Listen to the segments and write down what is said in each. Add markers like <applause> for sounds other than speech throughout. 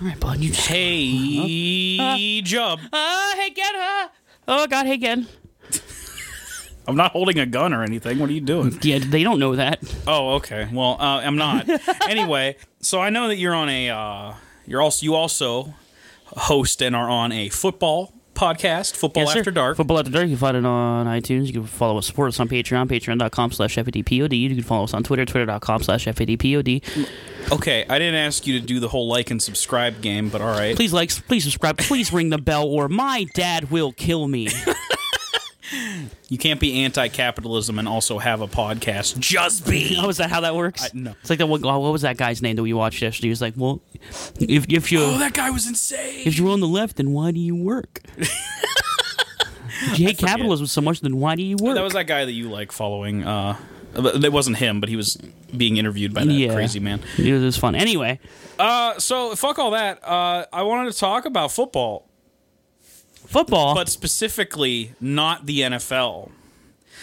All right, bud. You just. Hey, job. Oh, hey, get her. Oh, God, hey, get. <laughs> I'm not holding a gun or anything. What are you doing? Yeah, they don't know that. <laughs> Oh, okay. Well, uh, I'm <laughs> not. anyway, so I know that you're on a. Uh, you're also you also host and are on a football podcast, Football Yes, sir. After Dark. Football After Dark. You can find it on iTunes. You can follow us, support us on Patreon, patreon.com slash FADPOD. You can follow us on Twitter, twitter.com slash FADPOD. okay, I didn't ask you to do the whole like and subscribe game, but all right. Please like, please subscribe, please ring the bell, or my dad will kill <laughs> me. You can't be anti-capitalism and also have a podcast. Just be. Oh, is that how that works? no. It's like that one. oh, What was that guy's name that we watched yesterday? He was like, "Well, if if you Oh, that guy was insane. if you're on the left, then why do you <laughs> work? if you hate capitalism so much, then why do you work?" That was that guy that you like following. Uh, that wasn't him, but he was being interviewed by that Yeah. crazy man. it was, it was fun. Anyway, Uh, so fuck all that. Uh, I wanted to talk about football, football. but specifically not the NFL,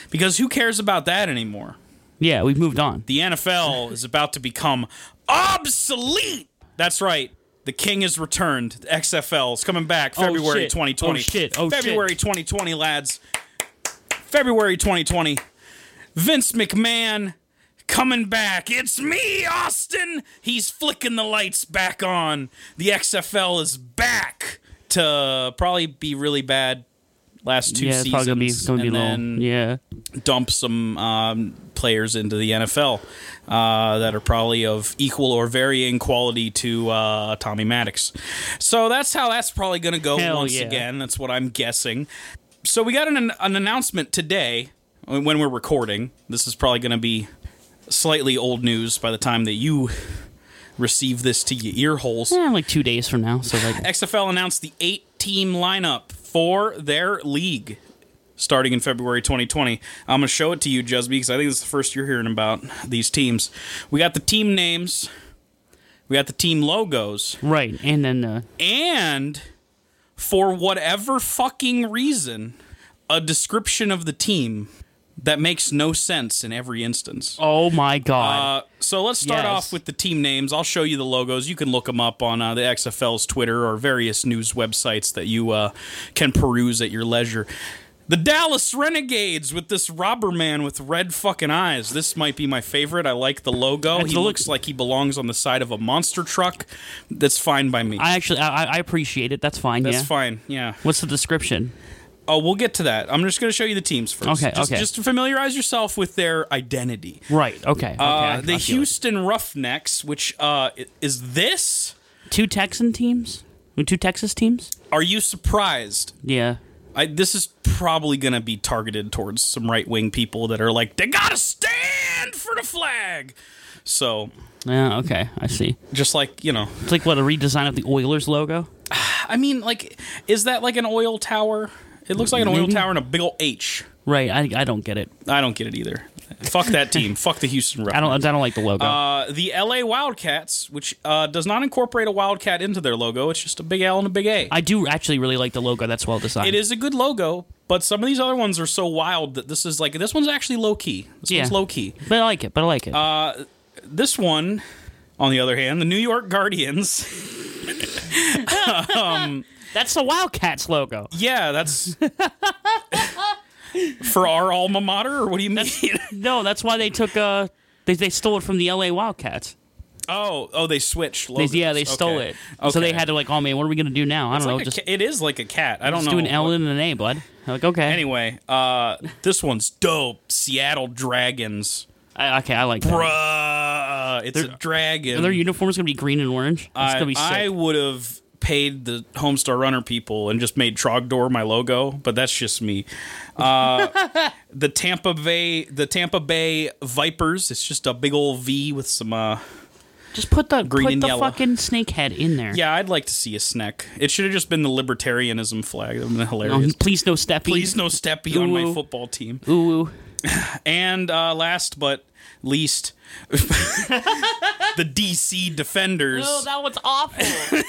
because who cares about that anymore? yeah, we've moved on. <laughs> The NFL is about to become obsolete. That's right. The king has returned. The XFL is coming back February shit. 2020. Oh, shit. Oh, shit. February 2020, lads. February 2020. Vince McMahon coming back. It's me, Austin. He's flicking the lights back on. The XFL is back to probably be really bad last two yeah, it's seasons. probably gonna be gonna be and long. then yeah, dump some um, players into the NFL uh, that are probably of equal or varying quality to uh, Tommy Maddox. So that's how that's probably going to go Hell once yeah. again. That's what I'm guessing. So we got an, an announcement today when we're recording. This is probably going to be slightly old news by the time that you receive this to your ear holes. Eh, like two days from now. So <laughs> like, XFL announced the eight team lineup for their league starting in February 2020. I'm going to show it to you, Jusby, because I think this is the first you're hearing about these teams. We got the team names, we got the team logos, right, and then uh, and for whatever fucking reason, a description of the team that makes no sense in every instance. oh my god, Uh, so let's start Yes. off with the team names. I'll show you the logos. You can look them up on uh, the XFL's Twitter or various news websites that you uh, can peruse at your leisure. The Dallas Renegades with this robber man with red fucking eyes. This might be my favorite. I like the logo. That's he the- looks like he belongs on the side of a monster truck. That's fine by me. I actually I, I- I appreciate it. That's fine. That's yeah. fine. Yeah. What's the description? Oh, we'll get to that. I'm just going to show you the teams first. Okay, Just, okay. just to familiarize yourself with their identity. Right. Okay. okay I- Uh, I the feel it. Houston Roughnecks, which uh, i- is this? two Texan teams, two Texas teams. Are you surprised? Yeah. I, this is probably going to be targeted towards some right wing people that are like, they got to stand for the flag. So, Yeah. Okay. I see. just like, you know, It's like what a redesign of the Oilers logo. I mean, like, is that like an oil tower? It looks like an oil Maybe. tower and a big ol' H. Right. I, I don't get it. I don't get it either. Fuck <laughs> that team. Fuck the Houston Roughnecks. I don't I don't like the logo. Uh, the LA Wildcats, which uh, does not incorporate a Wildcat into their logo, it's just a big L and a big A. I do actually really like the logo. That's well designed. It is a good logo, but some of these other ones are so wild that this is like this one's actually low key. This Yeah. one's low key. But I like it. But I like it. This one, on the other hand, the New York Guardians. That's the Wildcats logo. Yeah, that's <laughs> for our alma mater. Or what do you mean? <laughs> No, that's why they took uh they they stole it from the LA Wildcats. oh, oh, they switched. They, Logos. yeah, they stole Okay. it. So they Okay. had to like, oh man, what are we gonna do now? I It's don't know. like a just ca- it is like a cat. I don't just know. do an L what- and an A, bud. I'm like okay. Anyway, uh, this one's dope. Seattle Dragons. I, okay, I like that. Bruh, it's a dragon. Their uniform's gonna be green and orange. It's I, gonna be sick. I would have paid the Homestar Runner people and just made Trogdor my logo, but that's just me. Uh, <laughs> the Tampa Bay, the Tampa Bay Vipers. It's just a big old V with some. Uh, just put the green put and the yellow. fucking snake head in there. yeah, I'd like to see a snack. It should have just been the libertarianism flag. That would have been Um, <laughs> hilarious. please no steppy. Please no steppy on my Ooh. football team. Ooh. And uh, last but least, <laughs> the DC Defenders. Oh, that one's <laughs> awful.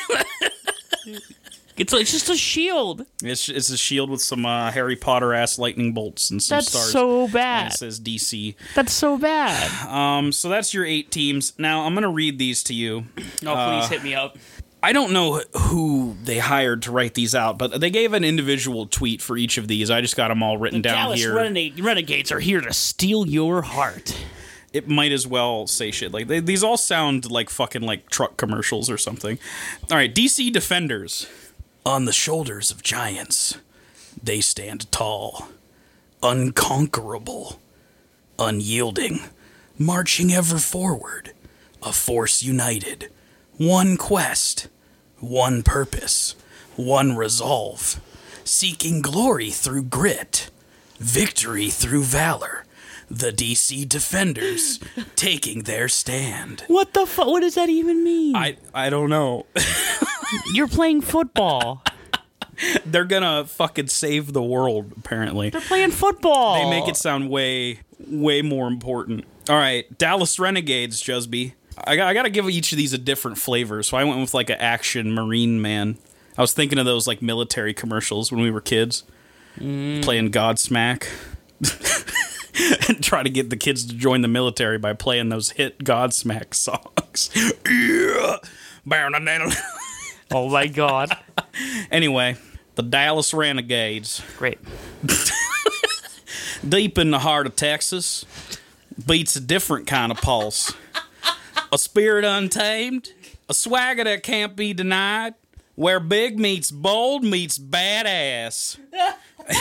it's it's just a shield. It's, it's a shield with some uh, Harry Potter ass lightning bolts and some That's stars. so and bad. it says DC. That's so bad. <sighs> Um, so that's your eight teams. Now I'm gonna read these to you. No, please hit me up. I don't know who they hired to write these out, but they gave an individual tweet for each of these. I just got them all written down Dallas here. Renegade, Renegades are here to steal your heart. it might as well say shit like they, these all sound like fucking like truck commercials or something. All right, DC Defenders. On the shoulders of giants, they stand tall, unconquerable, unyielding, marching ever forward, a force united, one quest, one purpose, one resolve, seeking glory through grit, victory through valor. The DC Defenders taking their stand. What the fuck? What does that even mean? I I don't know. <laughs> You're playing football. They're gonna fucking save the world apparently. They're playing football. They make it sound way, way more important. All right, Dallas Renegades, Jusby. I got, I got to give each of these a different flavor, so I went with like an action Marine man. I was thinking of those like military commercials when we were kids, playing Godsmack, <laughs> and try to get the kids to join the military by playing those hit Godsmack songs. <laughs> Yeah. Oh my god. <laughs> Anyway, the Dallas Renegades. Great. deep in the heart of Texas beats a different kind of pulse. A spirit untamed, a swagger that can't be denied, where big meets bold meets badass.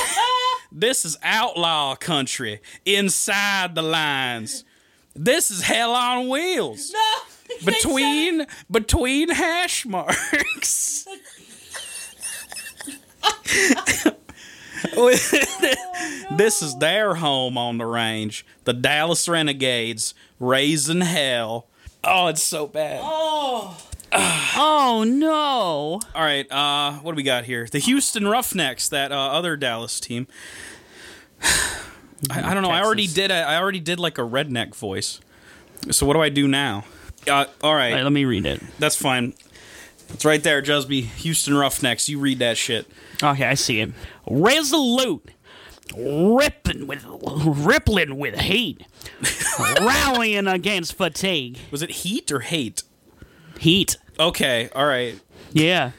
<laughs> this is outlaw country, inside the lines. This is hell on wheels. Between between hash marks. <laughs> <laughs> This is their home on the range. The Dallas Renegades raising hell. Oh, it's so bad. Oh no. All right, uh, what do we got here? The Houston Roughnecks, that uh, other Dallas team. <sighs> I, I don't know. I already Texas. did. A, I already did like a redneck voice. So what do I do now? Uh, all All right, right, let me read it. that's fine. It's right there, Jusby. Houston Roughnecks. You read that shit. Okay, I see it. Resolute, ripping with, rippling with <laughs> heat, rallying against fatigue. Was it heat or hate? Heat. Okay, all right. Yeah.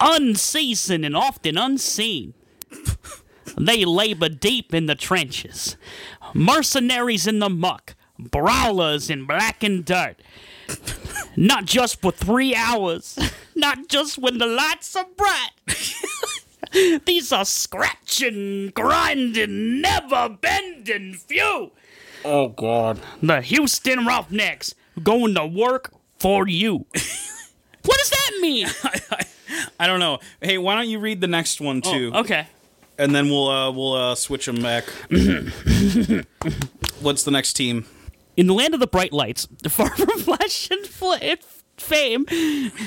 Unceasing and often unseen. They labor deep in the trenches. Mercenaries in the muck. Brawlers in blackened dirt. Not just for three hours. Not just when the lights are bright. These are scratching, grinding, never bending few. Oh God. The Houston Roughnecks going to work for you. what does that mean? I don't know. Hey, why don't you read the next one too? Oh, Okay. and then we'll uh, we'll uh, switch <coughs> them back. What's the next team? In the land of the bright lights, <laughs> far from flash and fl- and fame,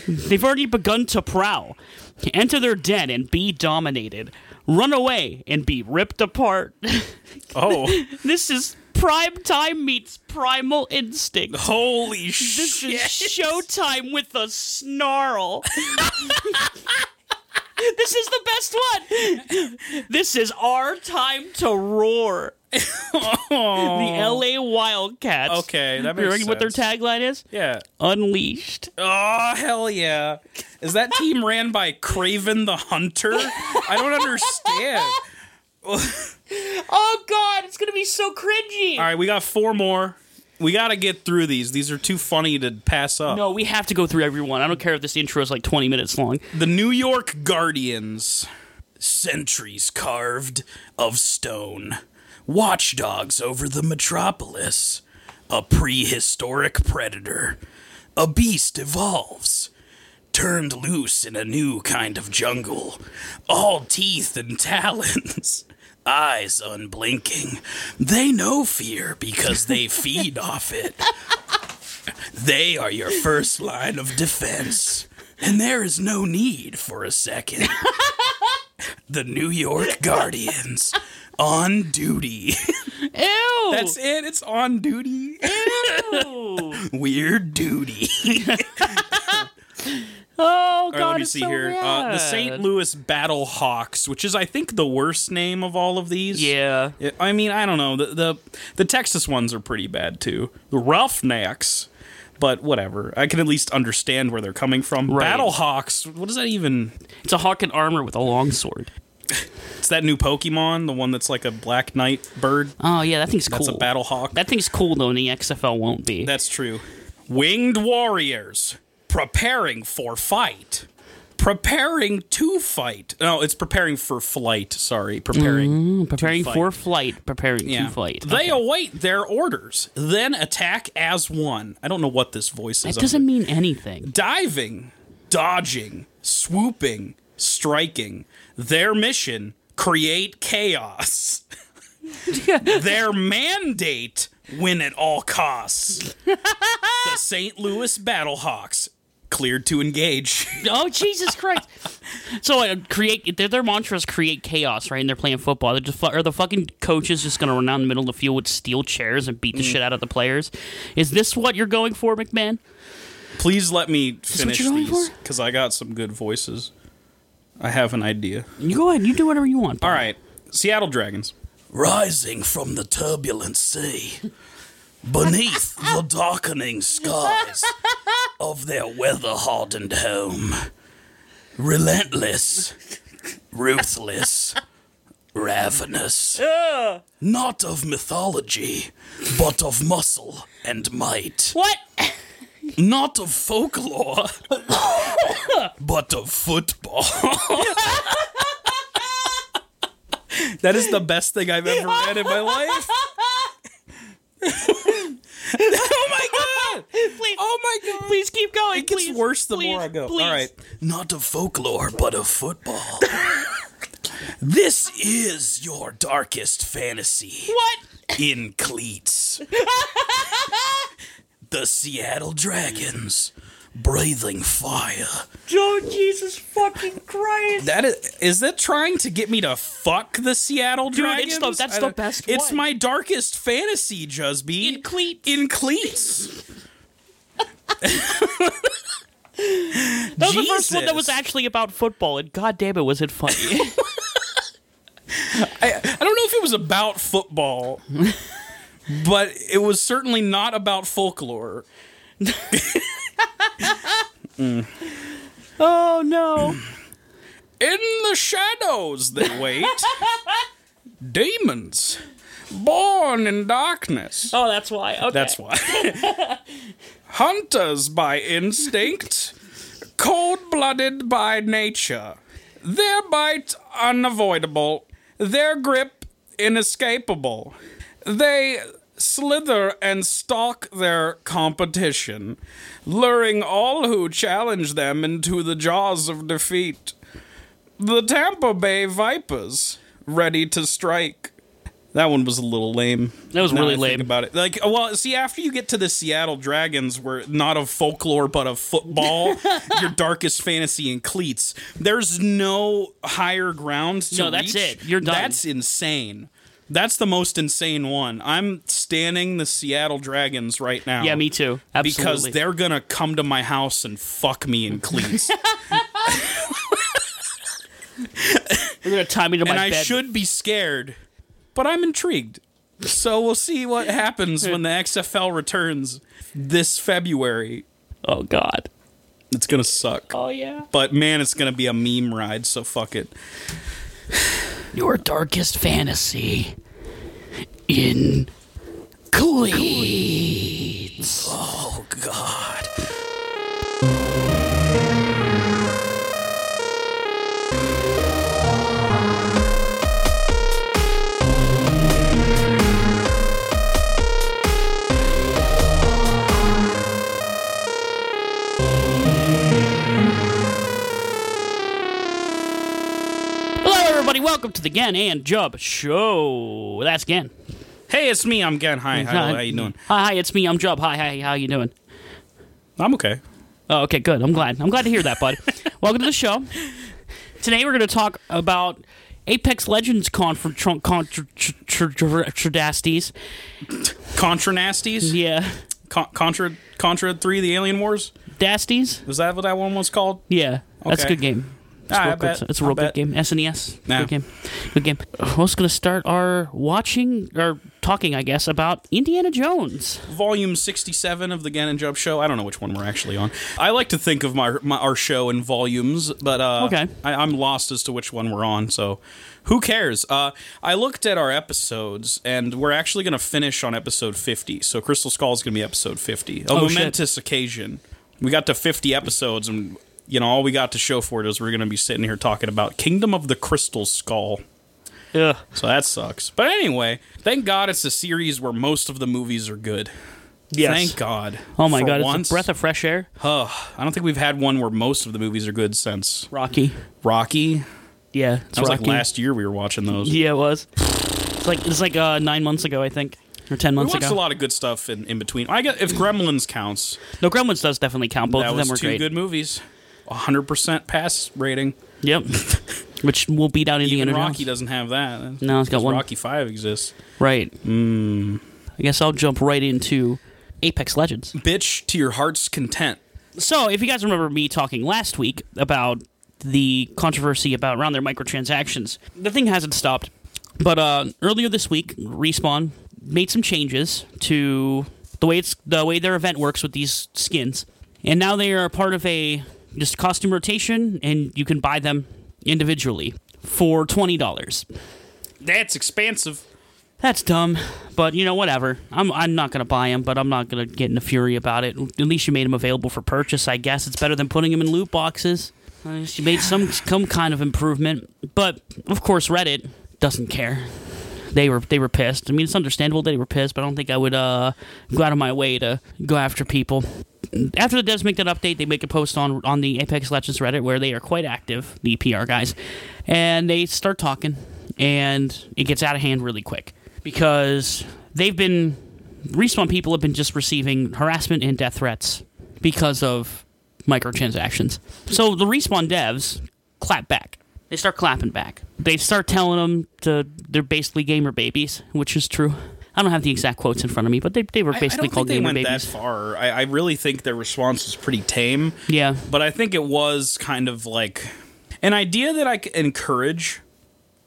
they've already begun to prowl, enter their den and be dominated, run away and be ripped apart. <laughs> Oh, this is prime time meets primal instinct. <laughs> <laughs> holy This Oh, shit! is showtime with a snarl. <laughs> this is the best one. This is our time to <laughs> roar. The LA Wildcats. Okay, that You makes ready sense. what their tagline is? yeah. Unleashed. Oh hell yeah! Is that team ran by Craven the Hunter? I don't understand. Oh god, it's gonna be so cringy. All right, we got four more. We got to get through these. These are too funny to pass up. No, we have to go through every one. I don't care if this intro is like 20 minutes long. The New York Guardians. Sentries carved of stone. Watchdogs over the metropolis. A prehistoric predator. A beast evolves. Turned loose in a new kind of jungle. All teeth and <laughs> talons. Eyes unblinking. They know fear because they feed off it. They are your first line of defense. And there is no need for a second. the New York Guardians on duty. Ew! <laughs> That's it. It's on duty. Ew. Weird duty. Oh god, All right, let me it's see so here. Uh, the bad. St. Louis Battle Hawks, which is, I think, the worst name of all of these. Yeah. Yeah, I mean, I don't know. The, the the Texas ones are pretty bad too. The Roughnecks, But whatever. I can at least understand where they're coming from. Right. Battlehawks, what is that even? It's a hawk in armor with a long sword. It's that new Pokemon, the one that's like a black knight bird. Oh yeah, that thing's cool. That's a Battlehawk. That thing's cool though, and the XFL won't be. That's true. Winged warriors preparing for fight. Preparing to fight. No, it's preparing for flight. Sorry, preparing. preparing fight. for flight, preparing Yeah. to Mm, fight. They await their orders, then attack as one. I don't know what this voice is. that doesn't mean anything. Diving, dodging, swooping, striking. Their mission <laughs> create chaos. their mandate win at all costs. the St. Louis Battlehawks cleared to engage. Oh Jesus Christ! so uh, create their, their mantra is create chaos, right? And they're playing football. They're just fu- are the fucking coaches just gonna run down the middle of the field with steel chairs and Mm. beat the shit out of the players? Is this what you're going for, McMahon? Please let me what finish you're going these for? cuz I got some good voices. I have an idea. You go ahead. You do whatever you want. All right, Seattle Dragons. Rising from the turbulent sea, beneath the darkening skies of their weather hardened home, relentless, ruthless, ravenous, not of mythology, but of muscle and might, What? not of folklore, <coughs> but of football. <laughs> That is the best thing I've ever read <laughs> in my life. oh my god! <laughs> Please, Oh my god! please keep going. It gets please, worse the more please, I go. please. All right. Not of folklore, but of football. this is your darkest fantasy What? in <laughs> cleats. the Seattle Dragons breathing fire. Joe, Jesus fucking Christ! That is, is that trying to get me to fuck the Seattle Dragons? it's the- that's I the don't- best It's one. my darkest fantasy, Jusby. In cleats. In cleats. That was the first one that was Jesus. actually about football, and goddamn it, was it funny? <laughs> <laughs> I, I don't know if it was <laughs> about football, but it was certainly not about folklore. oh no! In the shadows <laughs> they wait. Demons born in darkness. Oh, that's why. Okay. That's why. <laughs> Hunters by instinct, cold blooded by nature. Their bite unavoidable, their grip inescapable. They slither and stalk their competition, luring all who challenge them into the jaws of defeat. The Tampa Bay Vipers, ready to strike. That one was a little lame. That was Now really I think lame. about it. Like, well, see, after you get to the Seattle Dragons, where not of folklore but <laughs> of football, your darkest fantasy in cleats. There's no higher ground. To No, that's reach. it. You're done. That's insane. That's the most insane one. I'm standing the Seattle Dragons right now. Yeah, me too. Absolutely. Because they're gonna come to my house and fuck me in <laughs> cleats. They're gonna tie me to and my I bed. should be scared, but I'm intrigued. So we'll see what happens when the XFL returns this February. Oh God. It's gonna suck, Oh yeah. but man, it's gonna be a meme ride. So fuck it. Your darkest fantasy in Cleats. Oh god. Hello, everybody. Welcome to the Gen and Jub Show. That's Gen. Hey, it's me. I'm Gan. Hi, hi. How you doing? Hi, hi. It's me. I'm Jub. Hi, hi. How you doing? I'm okay. Oh, okay, good. I'm glad. I'm glad to hear that, bud. Welcome to the show. Today we're going to talk about Apex Legends contra tr- contra- tr- tr- tr- Tradastes. Contra nasties. Yeah, Con- Contra Contra Three: The Alien Wars. Dasties. Was that what that one was called? Yeah, that's a Okay. good game. It's, Ah, I real good. bet. it's a I real good bet. game. SNES. Yeah. Good game. Good game. Who's going to start our watching or talking, I guess, about Indiana Jones? volume 67 of the Gannon Job show. I don't know which one we're actually on. I like to think of my, my our show in volumes, but uh, Okay. I, I'm lost as to which one we're on. So who cares? Uh, I looked at our episodes, and we're actually going to finish on episode 50. So Crystal Skull is going to be episode 50. A Oh, shit. momentous occasion. We got to 50 episodes, and you know all we got to show for it is we're going to be sitting here talking about Kingdom of the Crystal Skull. Ugh. So that sucks. But anyway, thank God it's a series where most of the movies are good. Thank God. Oh my For God! once, It's a breath of fresh air. Ugh, I don't think we've had one where most of the movies are good since Rocky. Rocky. Yeah. It's That was Rocky. like last year we were watching <laughs> those. Yeah, it was. It's like it's like uh, nine months ago, I think, or ten We months watched ago. a lot of good stuff in, in between. I guess if Gremlins counts, No, Gremlins does definitely count. Both that of them was were two great. good movies. 100% pass rating. Yep. <laughs> Which will beat out Even Indiana Rocky Jones. doesn't have that. No, it's got Because one. Rocky 5 exists. Right. Hmm. I guess I'll jump right into Apex Legends. Bitch to your heart's content. So, if you guys remember me talking last week about the controversy about around their microtransactions, the thing hasn't stopped. But uh, earlier this week, Respawn made some changes to the way it's the way their event works with these skins, and now they are part of a just costume rotation, and you can buy them individually for twenty dollars. That's expansive. That's dumb, but you know whatever. I'm I'm not gonna buy them, but I'm not gonna get in a fury about it. At least you made them available for purchase. I guess it's better than putting them in loot boxes. At least you made some some kind of improvement, but of course Reddit doesn't care. They were they were pissed. I mean, it's understandable they were pissed, but I don't think I would uh, go out of my way to go after people. After the devs make that update, they make a post on on the Apex Legends Reddit where they are quite active, the PR guys, and they start talking, and it gets out of hand really quick because they've been respawn people have been just receiving harassment and death threats because of microtransactions. So the respawn devs clap back. They start clapping back. They start telling them to they're basically gamer babies, which is true. I don't have the exact quotes in front of me, but they, they were I- basically I don't called think they gamer went babies. that far. I, I really think their response was pretty tame. Yeah. but I think it was kind of like an idea that I c- encourage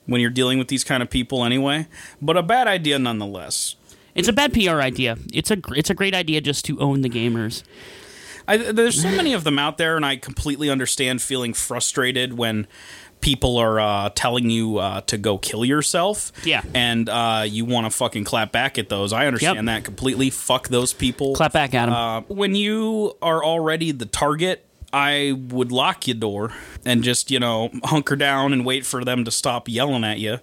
when you're dealing with these kind of people anyway, but a bad idea nonetheless. It's a bad PR idea. It's a gr- it's a great idea just to own the gamers. I, there's so many of them out there, and I completely understand feeling frustrated when people are uh, telling you uh, to go kill yourself. Yeah. And uh, you want to fucking clap back at those. I understand Yep. that completely. Fuck those people. Clap back at them. Uh, when you are already the target, I would lock your door and just, you know, hunker down and wait for them to stop yelling at you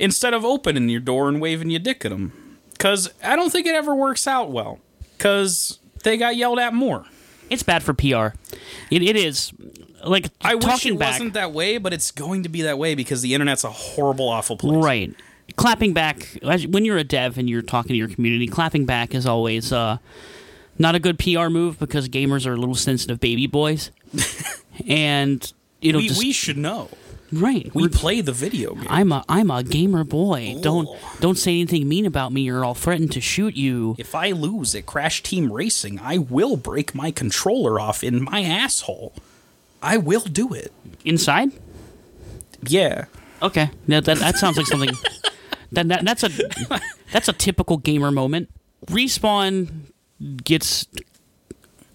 instead of opening your door and waving your dick at them. Because I don't think it ever works out well. Because they got yelled at more. it's bad for PR. It, it is like I wish talking it back. wasn't that way, but it's going to be that way because the internet's a horrible, awful place. Right. Clapping back as- when you're a dev and you're talking to your community, clapping back is always uh, not a good PR move because gamers are little sensitive baby <laughs> boys, and it'll We, just we should know. right. We we're- play the video game. I'm a I'm a gamer boy. Don't Ooh. don't say anything mean about me, or I'll threaten to shoot you. If I lose at Crash Team Racing, I will break my controller off in my asshole. I will do it. Inside. Yeah. Okay, now that that sounds like something. that, that that's a that's a typical gamer moment. Respawn gets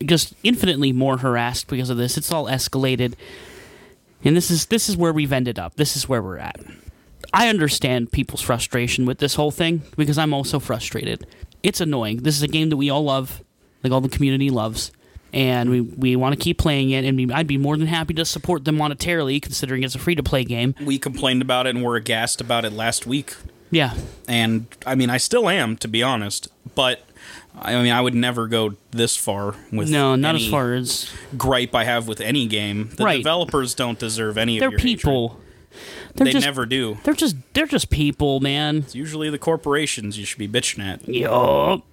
just infinitely more harassed because of this. It's all escalated, and this is this is where we've ended up. This is where we're at. I understand people's frustration with this whole thing because I'm also frustrated. It's annoying. This is a game that we all love, like all the community loves, and we, we want to keep playing it. And we, I'd be more than happy to support them monetarily, considering it's a free to play game. We complained about it and were aghast about it last week. Yeah, And I mean, I still am, to be honest. But I mean, I would never go this far with No, not any as far as gripe I have with any game. The Right. developers don't deserve any they're of your hatred. people. They're They just never do. they're just they're just people, man. It's usually the corporations you should be bitching at. Yup.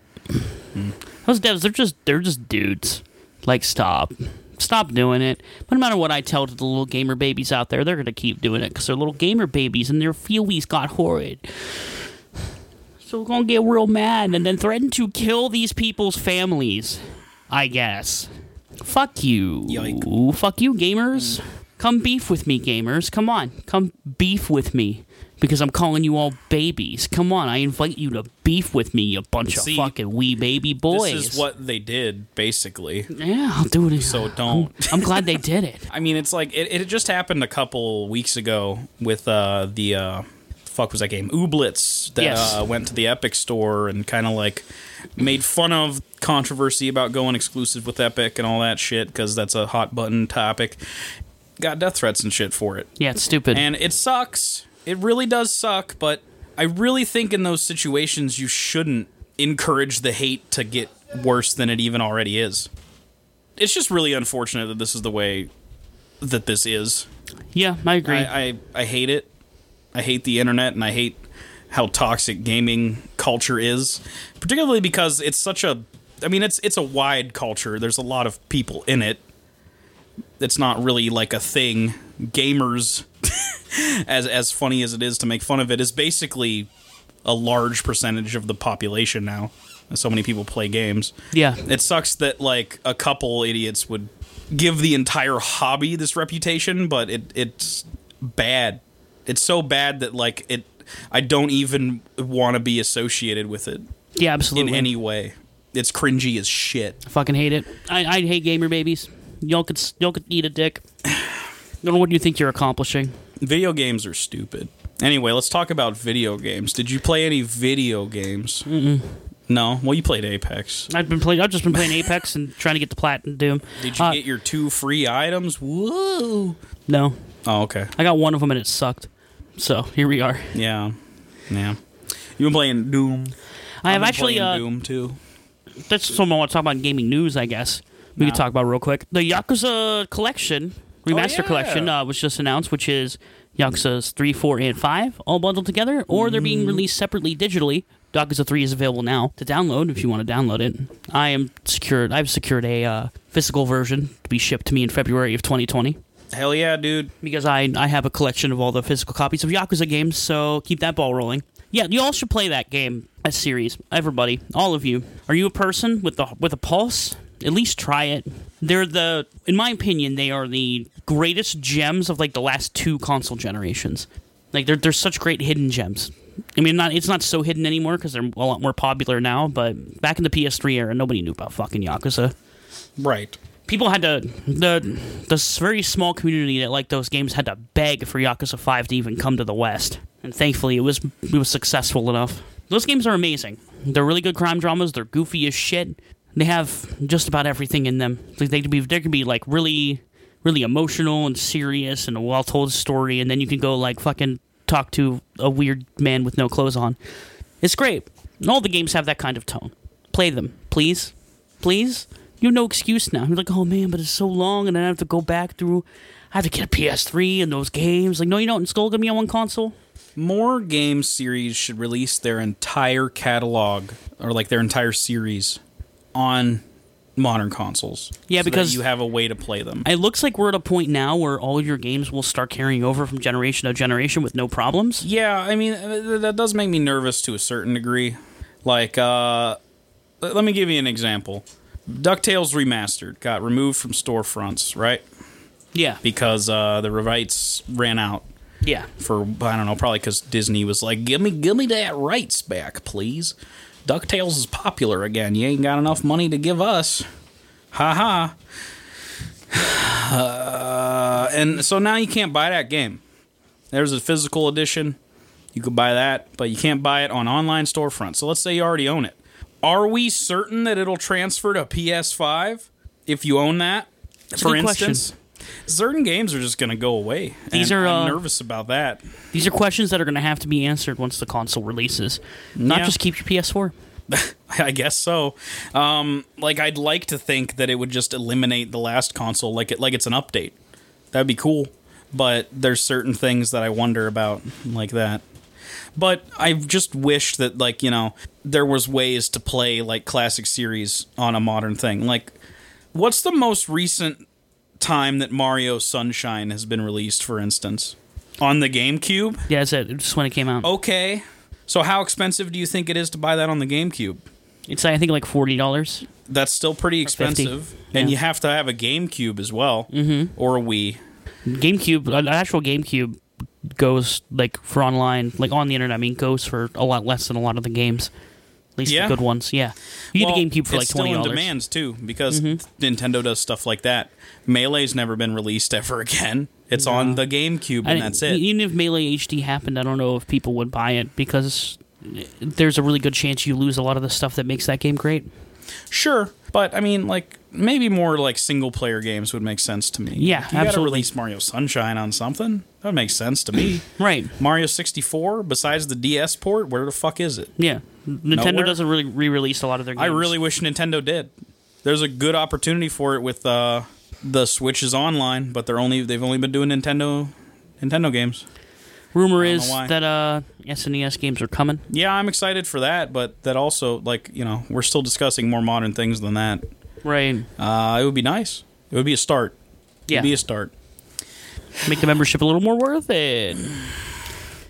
Those devs, they're just they're just dudes. Like stop, stop doing it. But no matter what I tell to the little gamer babies out there, they're gonna keep doing it because they're little gamer babies and their feelies got horrid. So we're gonna get real mad and then threaten to kill these people's families. I guess. Fuck you. Yike. Fuck you, gamers. Come beef with me, gamers. Come on. Come beef with me. Because I'm calling you all babies. Come on, I invite you to beef with me, you bunch See, of fucking wee baby This boys. is what they did, basically. Yeah, I'll do it. So don't. I'm glad they did it. I mean, it's like it, it just happened a couple weeks ago with uh, the uh, fuck was that game Ooblets that Yes. uh, went to the Epic store and kind of like made fun of controversy about going exclusive with Epic and all that shit because that's a hot button topic. Got death threats and shit for it, Yeah, it's stupid. and it sucks. It really does suck, but I really think in those situations you shouldn't encourage the hate to get worse than it even already is. It's just really unfortunate that this is the way that this is. yeah, I agree. I, I, I hate it. I hate the internet and I hate how toxic gaming culture is, particularly because it's such a. I mean, it's it's a wide culture. There's a lot of people in it. It's not really like a thing. Gamers, <laughs> as as funny as it is to make fun of it, is basically a large percentage of the population now. So many people play games yeah, it sucks that like a couple idiots would give the entire hobby this reputation, but it it's bad. It's so bad that like it I don't even want to be associated with it yeah, in absolutely. any way. It's cringy as shit. Fucking hate it. I, I hate gamer babies. Y'all could s- y'all could eat a dick. Don't know what you think you're accomplishing. Video games are stupid. Anyway, let's talk about video games. Did you play any video games? Mm-mm. No. Well, you played Apex. I've been playing. I've just been playing Apex and trying to get the plat and Doom. Did you Uh, get your two free items? Whoa. No, Oh, okay. I got one of them and it sucked. So here we are. Yeah. Yeah. You've been playing Doom. I have been actually. playing Uh, Doom too. that's something I want to talk about in gaming news. I guess we could talk about real quick. The Yakuza collection, remaster yeah. collection, uh, was just announced, which is Yakuza's three, four, and five all bundled together, or they're being released separately digitally. Yakuza three is available now to download if you want to download it. I am secured. I've secured a uh, physical version to be shipped to me in February of 2020. Hell yeah, dude. because I, I have a collection of all the physical copies of Yakuza games, so keep that ball rolling. Yeah, you all should play that game, that series. Everybody, all of you. Are you a person with the with a pulse? At least try it. They're the in my opinion, they are the greatest gems of like the last two console generations. Like they're they're such great hidden gems. I mean, not it's not so hidden anymore because they're a lot more popular now. But back in the PS3 era, nobody knew about fucking Yakuza Right. people had to the this very small community that liked those games had to beg for Yakuza Five to even come to the West, and thankfully it was it was successful enough. Those games are amazing. They're really good crime dramas. They're goofy as shit. They have just about everything in them. Like they could be they could be like really really emotional and serious and a well told story, and then you can go like fucking talk to a weird man with no clothes on. It's great. And all the games have that kind of tone. Play them, please. Please. You have no excuse now. You're like, oh man, but it's so long and I have to go back through. I have to get a PS3 and those games. Like, no, you don't. It's all going to be on one console. More game series should release their entire catalog or like their entire series on modern consoles. Yeah, so that because- you have a way to play them. It looks like we're at a point now where all your games will start carrying over from generation to generation with no problems. yeah, I mean uh, th- that does make me nervous to a certain degree. Like uh l- let me give you an example. DuckTales remastered got removed from storefronts, right? Yeah. Because uh the rights ran out Yeah. for I don't know, probably because Disney was like, "Give me, give me that rights back, please." Ducktales is popular again. You ain't got enough money to give us. Ha ha. <sighs> Uh, and so now you can't buy that game. There's a physical edition. You could buy that, but you can't buy it on online storefronts. So let's say you already own it. Are we certain that it'll transfer to PS5 if you own that? a for good question. instance, certain games are just going to go away. These and are, I'm uh, nervous about that. These are questions that are going to have to be answered once the console releases. Not Yeah. just keep your PS4. <laughs> I guess so. Um, like I'd like to think that it would just eliminate the last console, like it like it's an update. That'd be cool. But there's certain things that I wonder about like that. But I just wish that like you know there was ways to play like classic series on a modern thing. Like, what's the most recent time that Mario Sunshine has been released, for instance, on the GameCube? Yeah, that's it. Just when it came out. Oh. Okay. So how expensive do you think it is to buy that on the GameCube? It's, I think, like $40. that's still pretty 50. expensive, and Yeah. you have to have a GameCube as well, mm-hmm. or a Wii. GameCube, an actual GameCube goes like for online, like on the internet. I mean, goes for a lot less than a lot of the games, at least Yeah. the good ones. Yeah, you get Well, a GameCube for like it's twenty still in dollars. Mm-hmm. demands too because Nintendo does stuff like that. Melee's never been released ever <laughs> again. It's on the GameCube and that's it. Even if Melee HD happened, I don't know if people would buy it because there's a really good chance you lose a lot of the stuff that makes that game great. Sure, but I mean, like maybe more like single player games would make sense to me. Yeah, Like, you gotta absolutely. release Mario Sunshine on something. That makes sense <clears throat> to me. Right. Mario 64, besides the DS port, where the fuck is it? Yeah. Nintendo Nowhere? doesn't really re-release a lot of their games. I really wish Nintendo did. There's a good opportunity for it with uh, the Switch is online, but they're only they've only been doing Nintendo Nintendo games. rumor don't know is why. that uh, SNES games are coming. Yeah, I'm excited for that, but that also like you know we're still discussing more modern things than that. Right. Uh, it would be nice. It would be a start. Yeah. It'd be a start. Make the membership a little more worth it.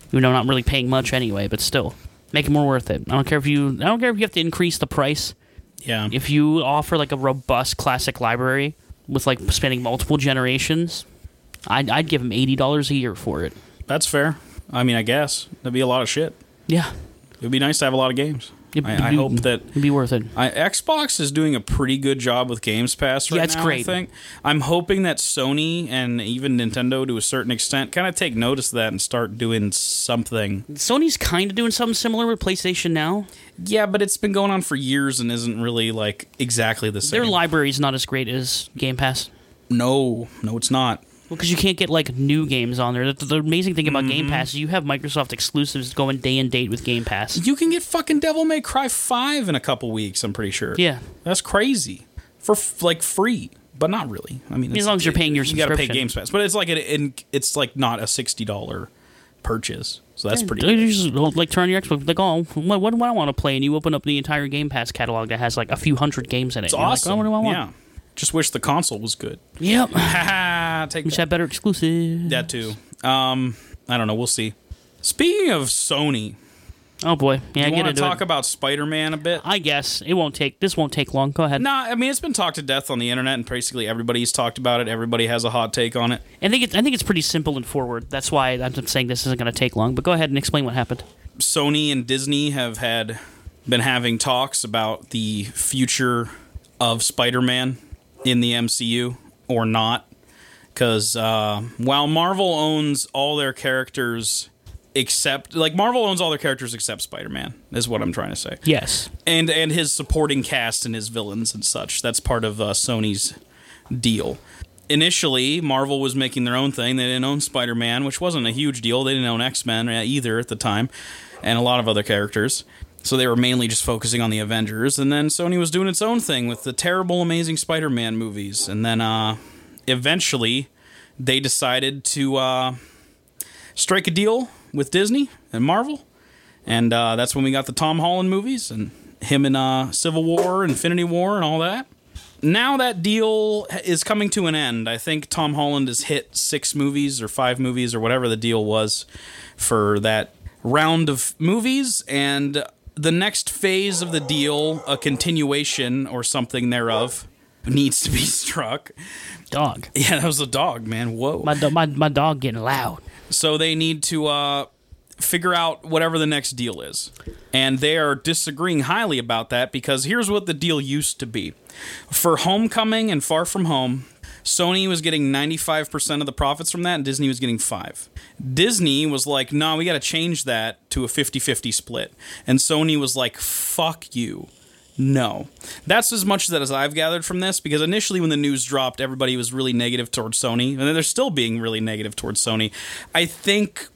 Even though I'm not really paying much anyway, but still, make it more worth it. I don't care if you. I don't care if you have to increase the price. Yeah. If you offer like a robust classic library with like spanning multiple generations, I'd, I'd give them eighty dollars a year for it. That's fair. I mean, I guess that'd be a lot of shit. Yeah, It would be nice to have a lot of games. It'd be- I, I hope that it'd be worth it. I, Xbox is doing a pretty good job with Games Pass right Yeah, it's now. great. I think I'm hoping that Sony and even Nintendo, to a certain extent, kind of take notice of that and start doing something. Sony's kind of doing something similar with PlayStation now. Yeah, but it's been going on for years and isn't really like exactly the same. Their library's not as great as Game Pass. no, no, it's not. because you can't get like new games on there. The, the amazing thing about Mm-hmm. Game Pass is you have Microsoft exclusives going day and date with Game Pass. You can get fucking Devil May Cry five in a couple weeks. I'm pretty sure. Yeah. That's crazy for f- like free, but not really. I mean, it's- long as you're paying your you gotta pay subscription. Games Pass, but it's like an, an it's like not a sixty dollar purchase, so that's pretty. You just like turn on your Xbox, like, oh, what, what do I want to play? And you open up the entire Game Pass catalog that has like a few hundred games in it. It's You're like, awesome. oh, what do I want? Yeah, just wish the console was good. <laughs> Yep. <laughs> Haha, take Just that. have better exclusives. <laughs> that too. Um, I don't know. We'll see. Speaking of Sony, Oh boy, yeah, I get want to into talk it. about Spider Man a bit. I guess it won't take. This won't take long. Go ahead. Nah, I mean it's been talked to death on the internet, and basically everybody's talked about it. Everybody has a hot take on it. I think it's, I think it's pretty simple and forward. That's why I'm just saying this isn't going to take long. But go ahead and explain what happened. Sony and Disney have had been having talks about the future of Spider-Man in the MCU or not, because uh, while Marvel owns all their characters except like Marvel owns all their characters except Spider-Man is what I'm trying to say, Yes. and and his supporting cast and his villains and such. That's part of uh, Sony's deal. Initially, Marvel was making their own thing. They didn't own Spider Man, which wasn't a huge deal. They didn't own X Men either at the time, and a lot of other characters. So they were mainly just focusing on the Avengers. And then Sony was doing its own thing with the terrible Amazing Spider Man movies. And then uh, eventually, they decided to uh, strike a deal with Disney and Marvel. And uh, that's when we got the Tom Holland movies and him in uh, Civil War, Infinity War, and all that now that deal is coming to an end. I think Tom Holland has hit six movies or five movies or whatever the deal was for that round of movies. And the next phase of the deal, a continuation or something thereof, needs to be <laughs> struck. Dog. Yeah, that was a dog, man. Whoa. My do- my my dog getting loud. So they need to uh, figure out whatever the next deal is. And they are disagreeing highly about that because here's what the deal used to be for Homecoming and Far From Home. Sony was getting 95% of the profits from that, and Disney was getting 5. Disney was like, nah, we got to change that to a 50 50 split. And Sony was like, fuck you. No. That's as much that as I've gathered from this because initially when the news dropped, everybody was really negative towards Sony, and they're still being really negative towards Sony. I think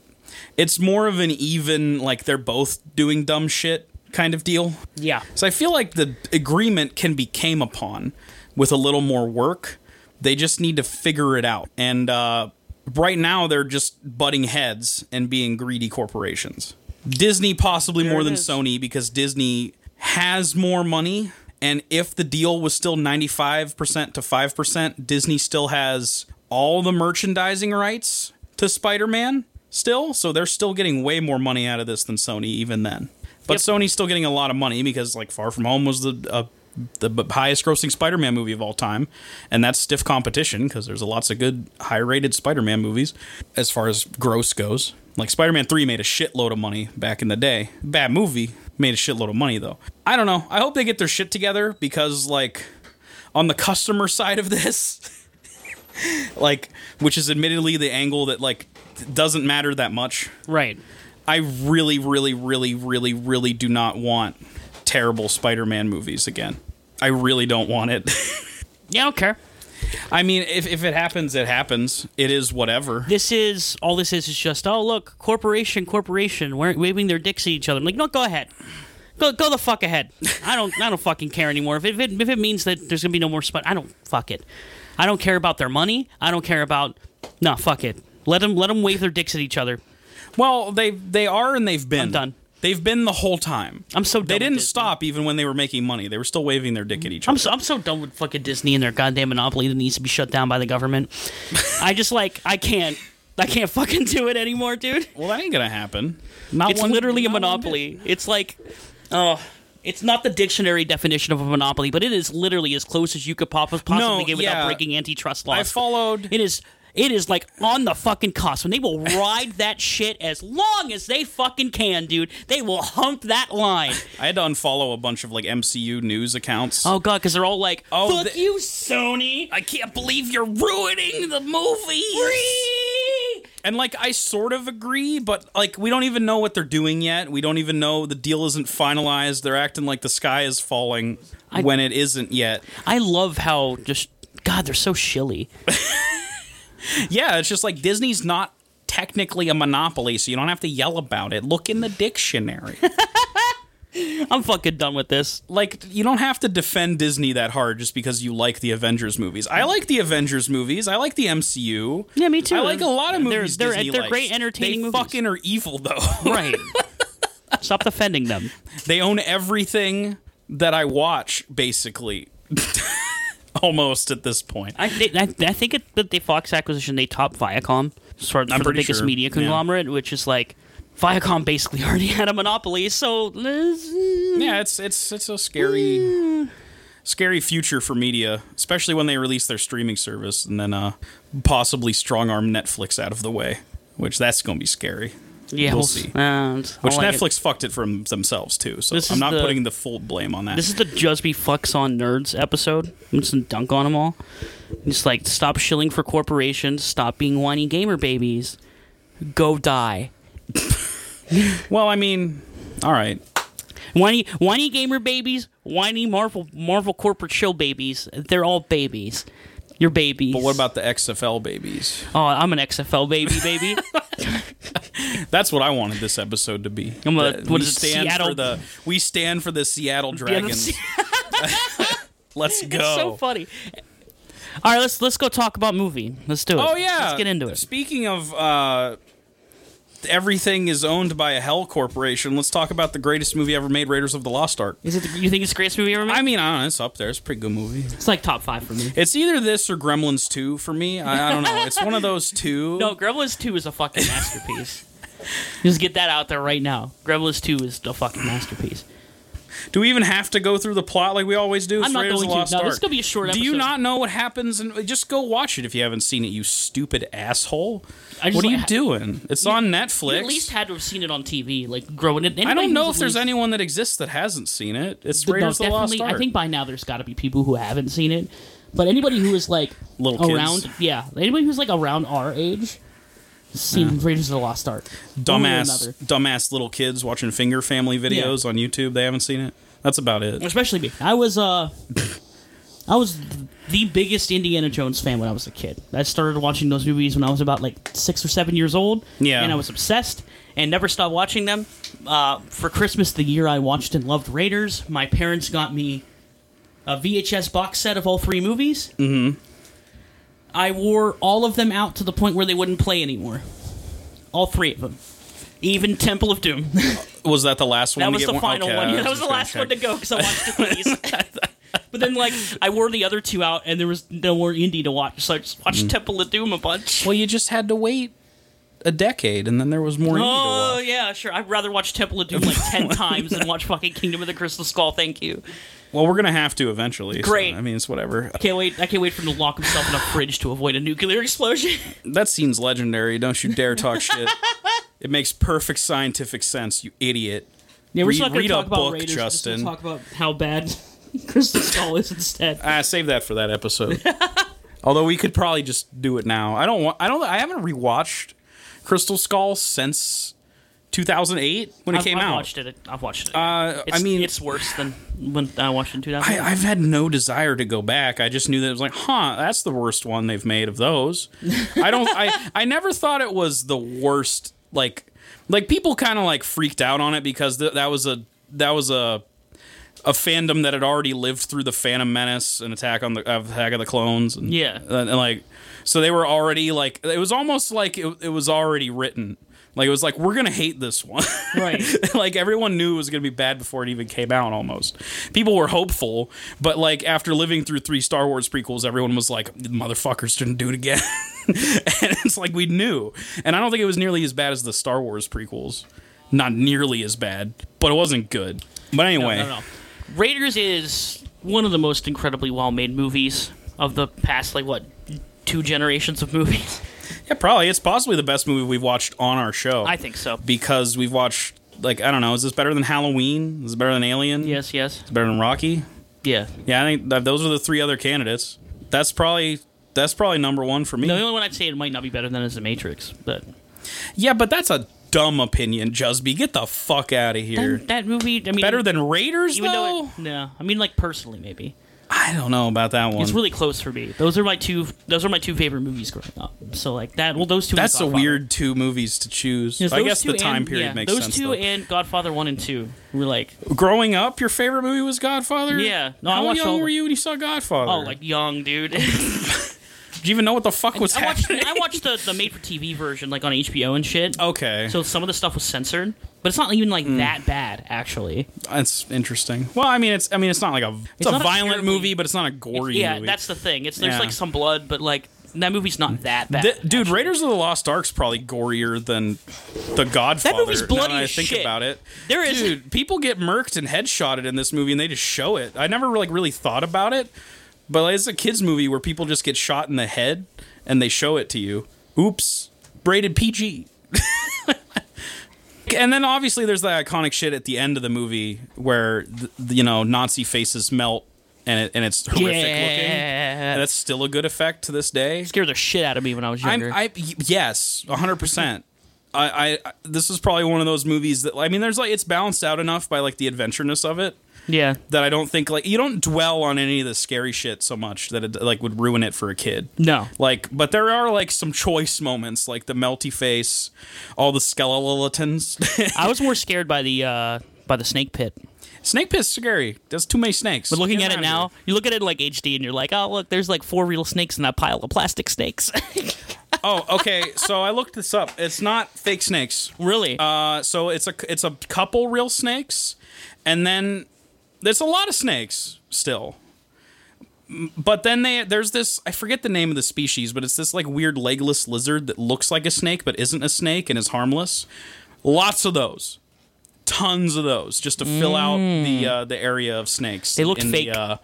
it's more of an even like they're both doing dumb shit kind of deal. Yeah. So I feel like the agreement can be came upon with a little more work. They just need to figure it out. And uh, right now, they're just butting heads and being greedy corporations. Disney, possibly more it than is. Sony, because Disney has more money. And if the deal was still 95% to 5%, Disney still has all the merchandising rights to Spider Man still. So they're still getting way more money out of this than Sony, even then. But Yep. Sony's still getting a lot of money because like Far From Home was the a the b- highest grossing Spider-Man movie of all time, and that's stiff competition because there's lots of good high-rated Spider-Man movies as far as gross goes. Like Spider-Man 3 made a shitload of money back in the day. Bad movie, made a shitload of money though. I don't know. I hope they get their shit together because like on the customer <laughs> side of this like which is admittedly the angle that like doesn't matter that much Right. I really, really, really, really, really do not want terrible Spider Man movies again. I really don't want it. <laughs> Yeah, I don't care. I mean, if, if it happens, it happens. It is whatever. This is all this is is just oh look, corporation, corporation, we're waving their dicks at each other. I'm like, no, go ahead. Go, go the fuck ahead. I don't I don't fucking care anymore. If it, if it if it means that there's gonna be no more spot, I don't fuck it. I don't care about their money. I don't care about no fuck it. Let them let them wave their dicks at each other. Well, they they are and they've been. I'm done. They've been the whole time. I'm so done They with didn't Disney. stop even when they were making money. They were still waving their dick at each I'm other. so I'm so done with fucking Disney and their goddamn monopoly that needs to be shut down by the <laughs> government. I just like I can't I can't fucking do it anymore, dude. Well, that ain't gonna happen. Not It's one- literally a not one monopoly. It's like, oh, it's not the dictionary definition of a monopoly, but it is literally as close as you could pop- possibly No, get without yeah. breaking antitrust laws. I followed- It is. It is like on the fucking cusp, and they will ride <laughs> that shit as long as they fucking can, dude. They will hump that line. bit. I had to unfollow a bunch of like MCU news <laughs> accounts. Oh god, because they're all like, Oh, "Fuck the- you, Sony! I can't believe you're ruining the movie." And like I sort of agree, but like we don't even know what they're doing yet. We don't even know the deal isn't finalized. They're acting like the sky is falling when it isn't yet. I love how just God, they're so shilly. Yeah, it's just like Disney's not technically a monopoly, so you don't have to yell about it. Look in the dictionary. I'm fucking done with this. like you don't have to defend Disney that hard just because you like the Avengers movies. I like the Avengers movies. I like the MCU. Yeah, me too. I like a lot of They're- movies. they're- Disney they're likes. great, entertaining They movies. fucking are evil though. <laughs> Right. <laughs> Stop defending them. They own everything that I watch, basically. <laughs> Almost at this point. I, thi- I, I think it, that the Fox acquisition they topped Viacom for, for the pretty biggest sure, media yeah. conglomerate, which is like Viacom basically <laughs> already had a monopoly. So let's- Yeah, it's it's it's a scary Hmm. scary future for media, especially when they release their streaming service and then uh possibly strong arm Netflix out of the way, which that's going to be scary. yeah, We'll we'll see. s- uh, it's- I Which like it. Netflix fucked it from themselves too. So This I'm is not the- putting the full blame on that. This is the Jusby fucks on nerds episode. I'm just gonna dunk on them all. Just like stop shilling for corporations. Stop being whiny gamer babies. Go die. well, I mean, all right. Whiny, whiny gamer babies, whiny Marvel, Marvel corporate shill babies. They're all babies. You're babies. But what about the XFL babies? Oh, I'm an XFL baby, <laughs> baby. That's what I wanted this episode to be. I'm a- That what we is it, stand for Seattle- the we stand for the Seattle Dragons. <laughs> it's Let's go. so funny. All right, let's let's go talk about movie. Let's do it. Oh yeah. let's get into it. Speaking of uh, everything is owned by a hell corporation, let's talk about the greatest movie ever made, Raiders of the Lost Ark. Is it? The, you think it's the greatest movie ever made? I mean, I don't know, it's up there. It's a pretty good movie. it's like top five for me. It's either this or Gremlins 2 for me. I, I don't know. It's one of those two. <laughs> No, Gremlins Two is a fucking masterpiece. <laughs> Just get that out there right now. Gremlins Two is a fucking masterpiece. Do we even have to go through the plot like we always do? It's I'm not Raiders of going the to. Lost No, Ark. this is gonna be a short Do you episode. not know what happens? And just go watch it if you haven't seen it. You stupid asshole. I just what are you like- doing? It's on Netflix. You at least had to have seen it on TV, like growing it. I don't know if there's anyone that exists that hasn't seen it. It's No, Raiders of the Lost definitely. Ark. I think by now there's got to be people who haven't seen it, but anybody who is like Little kids. around, yeah, anybody who's like around our age, has seen Raiders of the Lost Ark. One way or dumbass another. dumbass little kids watching finger family videos on YouTube. They haven't seen it. That's about it. especially me. I was uh, I was the biggest Indiana Jones fan when I was a kid. I started watching those movies when I was about like six or seven years old. Yeah. and I was obsessed and never stopped watching them. Uh, for Christmas the year I watched and loved Raiders, my parents got me a VHS box set of all three movies. Mm-hmm. I wore all of them out to the point where they wouldn't play anymore. All three of them. Even Temple of Doom. <laughs> Was that the last one? That to was get the one? final Okay, one. <laughs> I Yeah, that was just the gonna last one to check. go because I watched <laughs> the movies. but then, like, I wore the other two out, and there was no more indie to watch, so I just Mm. watched Temple of Doom a bunch. Well, you just had to wait a decade, and then there was more. indie to Oh watch. yeah, sure. I'd rather watch Temple of Doom like <laughs> ten times than watch fucking Kingdom of the Crystal Skull. Thank you. Well, we're gonna have to eventually. so, Great. I mean, it's whatever. Can't wait. I can't wait for him to lock himself in a fridge to avoid a nuclear <laughs> explosion. That scene's legendary. Don't you dare talk shit. <laughs> It makes perfect scientific sense, you idiot. Yeah, Read- we're just not going read to a talk about book, Raiders. We're Justin. just gonna talk about how bad <laughs> Crystal Skull is instead. Ah, save that for <laughs> that episode. Although we could probably just do it now. I don't want. I don't. I haven't rewatched Crystal Skull since 2008 when it I've, came I've out. watched it. I've watched it. Uh, It's- I mean, it's worse than when I watched it in 2000. I, I've had no desire to go back. I just knew that it was like, huh, that's the worst one they've made of those. I don't. I I never thought it was the worst. Like, like people kind of like freaked out on it because th- that was a that was a a fandom that had already lived through the Phantom Menace and Attack on the of Attack of the Clones. And, uh, Yeah. and, and, like so they were already like it was almost like it, it was already written. Like it was like we're gonna hate this one. <laughs> Right. like everyone knew it was going to be bad before it even came out almost people were hopeful but like after living through three star wars prequels everyone was like motherfuckers didn't do it again <laughs> and it's like we knew and i don't think it was nearly as bad as the star wars prequels not nearly as bad but it wasn't good but anyway No, no, no. Raiders is one of the most incredibly well-made movies of the past, like what, two generations of movies. <laughs> yeah probably it's possibly the best movie we've watched on our show I think so. because we've watched like i don't know is this better than halloween is this better than alien Yes, yes, it's better than rocky yeah. Yeah, I think that those are the three other candidates. That's probably that's probably number one for me. The only one I'd say it might not be better than is The Matrix, but Yeah, but that's a dumb opinion, Jusby. Get the fuck out of here. that, that movie, I mean, Better than Raiders, even though. though it, no, I mean, like personally, maybe I don't know about that one. it's really close for me. Those are my two. Those are my two favorite movies growing up. So like that. Well, those two. and that's a Godfather. weird two movies to choose. Yes, I those guess two the time and- period yeah, makes those sense. two though. and Godfather one and two were like Growing up, your favorite movie was Godfather. Yeah. No, I how watched young all- were you when you saw Godfather? oh like young dude. <laughs> did you even know what the fuck was I watched happening? I watched the the made for TV version like on HBO and shit. <laughs> okay, So some of the stuff was censored, but it's not even like Hmm. that bad actually. that's interesting. Well, I mean, it's I mean, it's not like a it's, a not a violent terribly- movie, but it's not a gory yeah, movie. that's the thing. It's there's Yeah. like some blood, but like that movie's not that bad. Th- dude, actually. Raiders of the Lost Ark's probably gorier than The Godfather. movie's now bloody I as think shit. about it. There is- dude. People get murked and headshotted in this movie, and they just show it. I never like really thought about it, but like, it's a kids movie where people just get shot in the head and they show it to you. Oops, braided PG. <laughs> And then obviously there's that iconic shit at the end of the movie where th th- you know Nazi faces melt and it and it's horrific looking. yeah. And that's still a good effect to this day. scared the shit out of me when I was I'm, younger. I y- yes, hundred percent. I, I this is probably one of those movies that I mean, there's like it's balanced out enough by like the adventureness of it <laughs> yeah, that I don't think like you don't dwell on any of the scary shit so much that it like would ruin it for a kid. no, Like, but there are like some choice moments, like the melty face, all the skeletons. <laughs> I was more scared by the uh by the snake pit. Snake pit's scary. There's too many snakes. But looking Get at it outta now, you look at it like HD, and you're like, oh look, there's like four real snakes in that pile of plastic snakes. <laughs> here. oh, okay. So I looked this up. It's not fake snakes. really? Uh, so it's a it's a couple real snakes, and then there's a lot of snakes still. M- But then they there's this I forget the name of the species, but it's this like weird legless lizard that looks like a snake but isn't a snake and is harmless. Lots of those, tons of those, just to fill out the uh, the area of snakes. Mm. They look in fake. the, uh,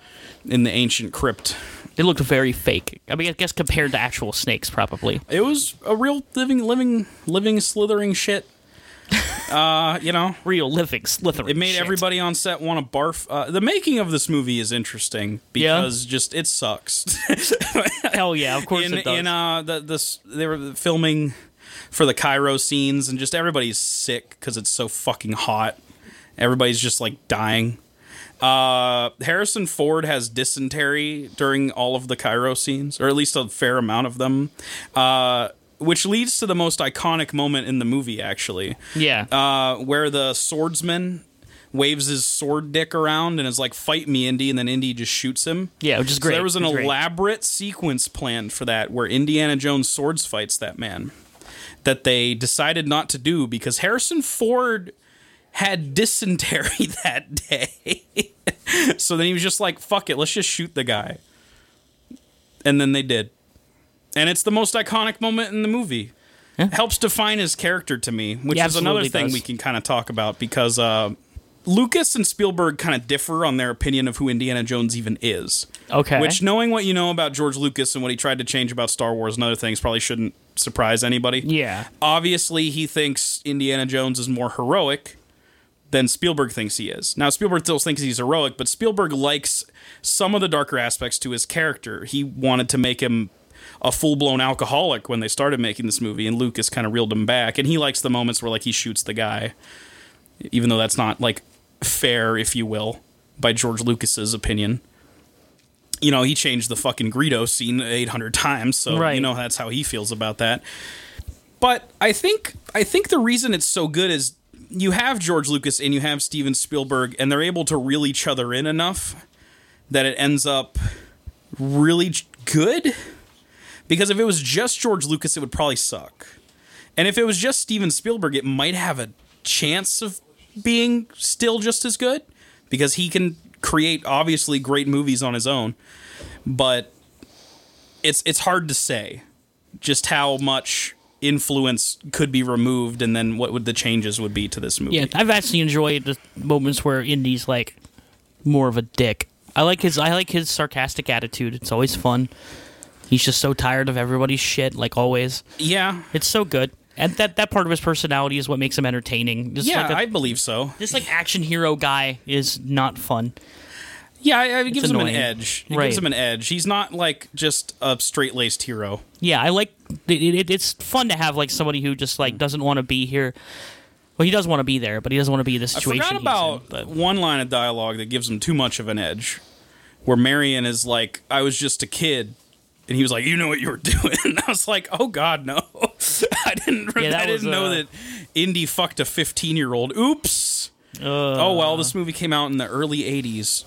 in the ancient crypt. They looked very fake. I mean, I guess compared to actual snakes, probably. It was a real living living living slithering shit. <laughs> uh, you know, Real living slithering. It made shit. everybody on set want to barf. Uh, the making of this movie is interesting Yeah. because just it sucks. Hell yeah, of course in it does. in uh, the, this they were filming for the Cairo scenes and just everybody's sick because it's so fucking hot. Everybody's just like dying. Uh, Harrison Ford has dysentery during all of the Cairo scenes, or at least a fair amount of them, uh, which leads to the most iconic moment in the movie, actually yeah. uh, where the swordsman waves his sword dick around and is like, "Fight me, Indy," and then Indy just shoots him. yeah, which is So great. there was an It's great. elaborate sequence planned for that, where Indiana Jones swords fights that man. That they decided not to do because Harrison Ford had dysentery <laughs> that day. so then he was just like, "Fuck it, let's just shoot the guy." And then they did, and it's the most iconic moment in the movie. helps define his character to me, which Yeah, is another absolutely thing does. we can kind of talk about because uh, Lucas and Spielberg kind of differ on their opinion of who Indiana Jones even is. Okay. Which, knowing what you know about George Lucas and what he tried to change about Star Wars and other things, probably shouldn't surprise anybody. Yeah. Obviously, he thinks Indiana Jones is more heroic than Spielberg thinks he is. Now, Spielberg still thinks he's heroic, but Spielberg likes some of the darker aspects to his character. He wanted to make him a full-blown alcoholic when they started making this movie, and Lucas kind of reeled him back. And he likes the moments where like he shoots the guy, even though that's not like fair, if you will, by George Lucas's opinion. You know, he changed the fucking Greedo scene 800 times, so you Right. know that's how he feels about that. But I think I think the reason it's so good is you have George Lucas and you have Steven Spielberg, and they're able to reel each other in enough that it ends up really j- good. Because if it was just George Lucas, it would probably suck. And if it was just Steven Spielberg, it might have a chance of being still just as good because he can create obviously great movies on his own. But it's it's hard to say just how much influence could be removed and then what would the changes would be to this movie. Yeah, I've actually enjoyed the moments where Indy's like more of a dick. I like his I like his sarcastic attitude. It's always fun. He's just so tired of everybody's shit, like always. Yeah. It's so good. And that, that part of his personality is what makes him entertaining. Just Yeah, like a- I believe so. this like action hero guy is not fun. Yeah, I- I- it gives him annoying. an edge. It Right. gives him an edge. He's not like just a straight laced hero. Yeah, I like it, it, it's fun to have like somebody who just like doesn't want to be here. Well, he does want to be there, but he doesn't want to be in the I situation. forgot he's about in, but- one line of dialogue that gives him too much of an edge, where Marion is like, "I was just a kid," and he was like, "You know what you were <laughs> doing." And I was like, "Oh God, no! <laughs> I didn't. Yeah, that I was, didn't know uh, that Indy fucked a fifteen-year-old. Oops." Uh. oh well, this movie came out in the early '80s,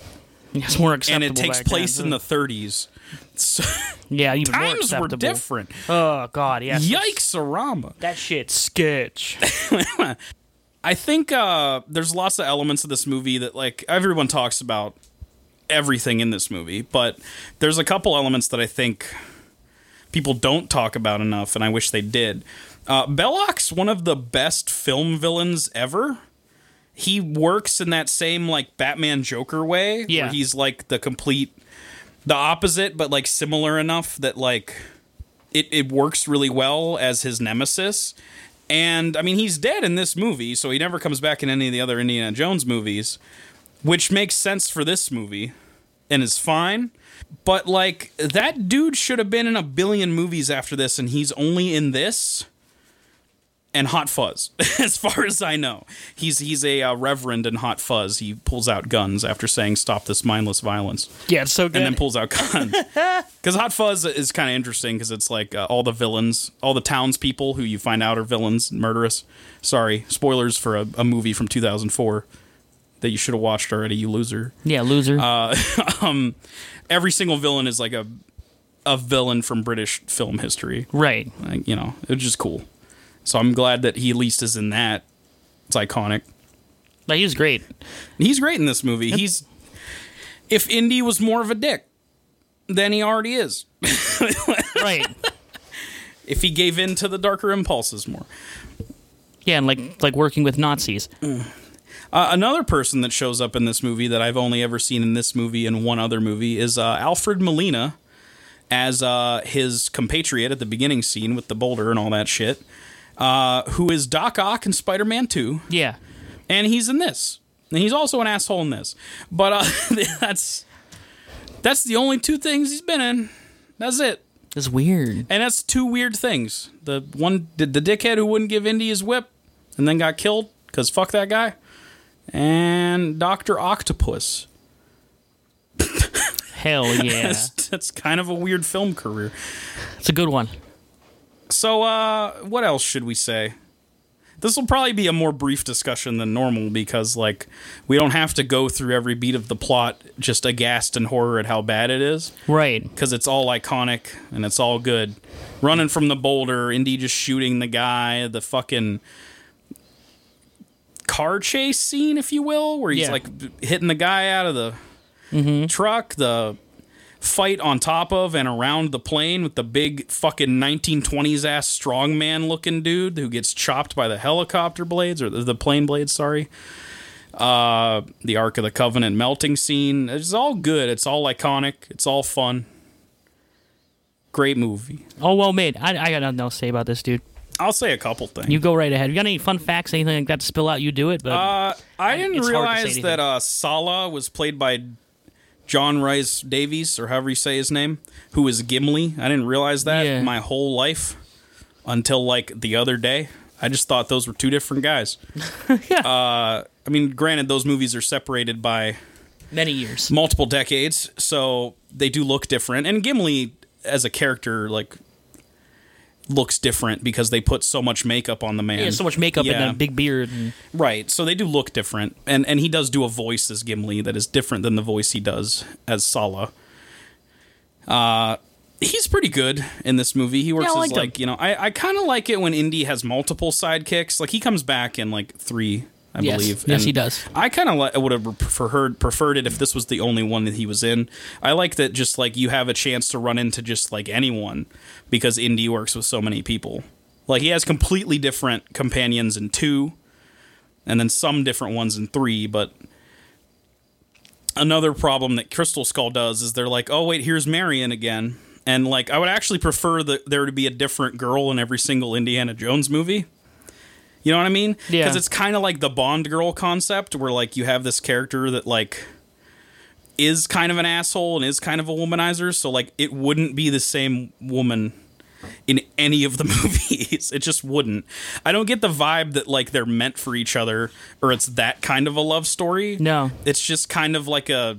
it's more and acceptable. it takes back then. place in the '30s. <laughs> So yeah even more times were acceptable. different. Oh god, yeah. Yikes-a-rama. That shit <laughs> sketch. I think uh, there's lots of elements of this movie that like everyone talks about everything in this movie, but there's a couple elements that I think people don't talk about enough, and I wish they did. Uh, Belloc's one of the best film villains ever. He works in that same like Batman Joker way, Yeah. where he's like the complete, the opposite, but like similar enough that like it, it works really well as his nemesis. And I mean, he's dead in this movie, so he never comes back in any of the other Indiana Jones movies, which makes sense for this movie and is fine. But like, that dude should have been in a billion movies after this, and he's only in this and Hot Fuzz, <laughs> as far as I know. He's he's a uh, reverend in Hot Fuzz. He pulls out guns after saying, Stop this mindless violence Yeah, it's so good. and then pulls out guns. Because Hot Fuzz is kind of interesting because it's like uh, all the villains, all the townspeople who you find out are villains, murderous. Sorry, spoilers for a, a movie from 2004 that you should have watched already, you loser. yeah, loser. Uh, Every single villain is like a a villain from British film history. right. Like, you know, it's just cool. So I'm glad that he at least is in that. It's iconic. Like he was <laughs> great. He's great in this movie. He's if Indy was more of a dick than he already is. Right. if he gave in to the darker impulses more. Yeah, and like like working with Nazis. Uh, another person that shows up in this movie that I've only ever seen in this movie and one other movie is uh, Alfred Molina as uh, his compatriot at the beginning scene with the boulder and all that shit, uh, who is Doc Ock in Spider Man 2, Yeah. and he's in this. And he's also an asshole in this. But uh, <laughs> that's that's the only two things he's been in. That's it. It's weird. And that's two weird things. The one, the, the dickhead who wouldn't give Indy his whip and then got killed because fuck that guy. And Dr. Octopus. <laughs> Hell yeah. That's, that's kind of a weird film career. it's a good one. So, uh, what else should we say? This will probably be a more brief discussion than normal because, like, we don't have to go through every beat of the plot just aghast in horror at how bad it is. Right. because it's all iconic and it's all good. Running from the boulder, Indy just shooting the guy, the fucking car chase scene, if you will, where he's Yeah. like b- hitting the guy out of the truck, the fight on top of and around the plane with the big fucking 1920s ass strongman looking dude who gets chopped by the helicopter blades or the, the plane blades, sorry. Uh, the Ark of the Covenant melting scene. It's all good. It's all iconic. It's all fun. Great movie. Oh, well made. I, I got nothing else to say about this, dude. I'll say a couple things. You go right ahead. You got any fun facts, anything like that to spill out? You do it, but Uh, I didn't it's hard to say realize anything. that uh, Sala was played by John Rice Davies, or however you say his name, who is Gimli. I didn't realize that Yeah. my whole life until like the other day. I just thought those were two <laughs> different guys. uh, I mean, granted, those movies are separated by many years. multiple decades, so they do look different. And Gimli, as a character, like looks different because they put so much makeup on the man. He has so much makeup and Yeah. a big beard. And, Right. So they do look different. And and he does do a voice as Gimli that is different than the voice he does as Sala. Uh he's pretty good in this movie. He works Yeah, I as liked like, you know, I, I kinda like it when Indy has multiple sidekicks. Like he comes back in like three, I Yes. believe. Yes, and he does. I kinda like would have preferred preferred it if this was the only one that he was in. I like that just like you have a chance to run into just like anyone because Indy works with so many people. Like he has completely different companions in two and then some different ones in three. But another problem that Crystal Skull does is they're like, oh wait, here's Marion again, and like I would actually prefer that there to be a different girl in every single Indiana Jones movie. You know what I mean? Yeah. Because it's kind of like the Bond girl concept, where like you have this character that like is kind of an asshole and is kind of a womanizer. So like it wouldn't be the same woman in any of the <laughs> movies. It just wouldn't. I don't get the vibe that like they're meant for each other or it's that kind of a love story. No. It's just kind of like a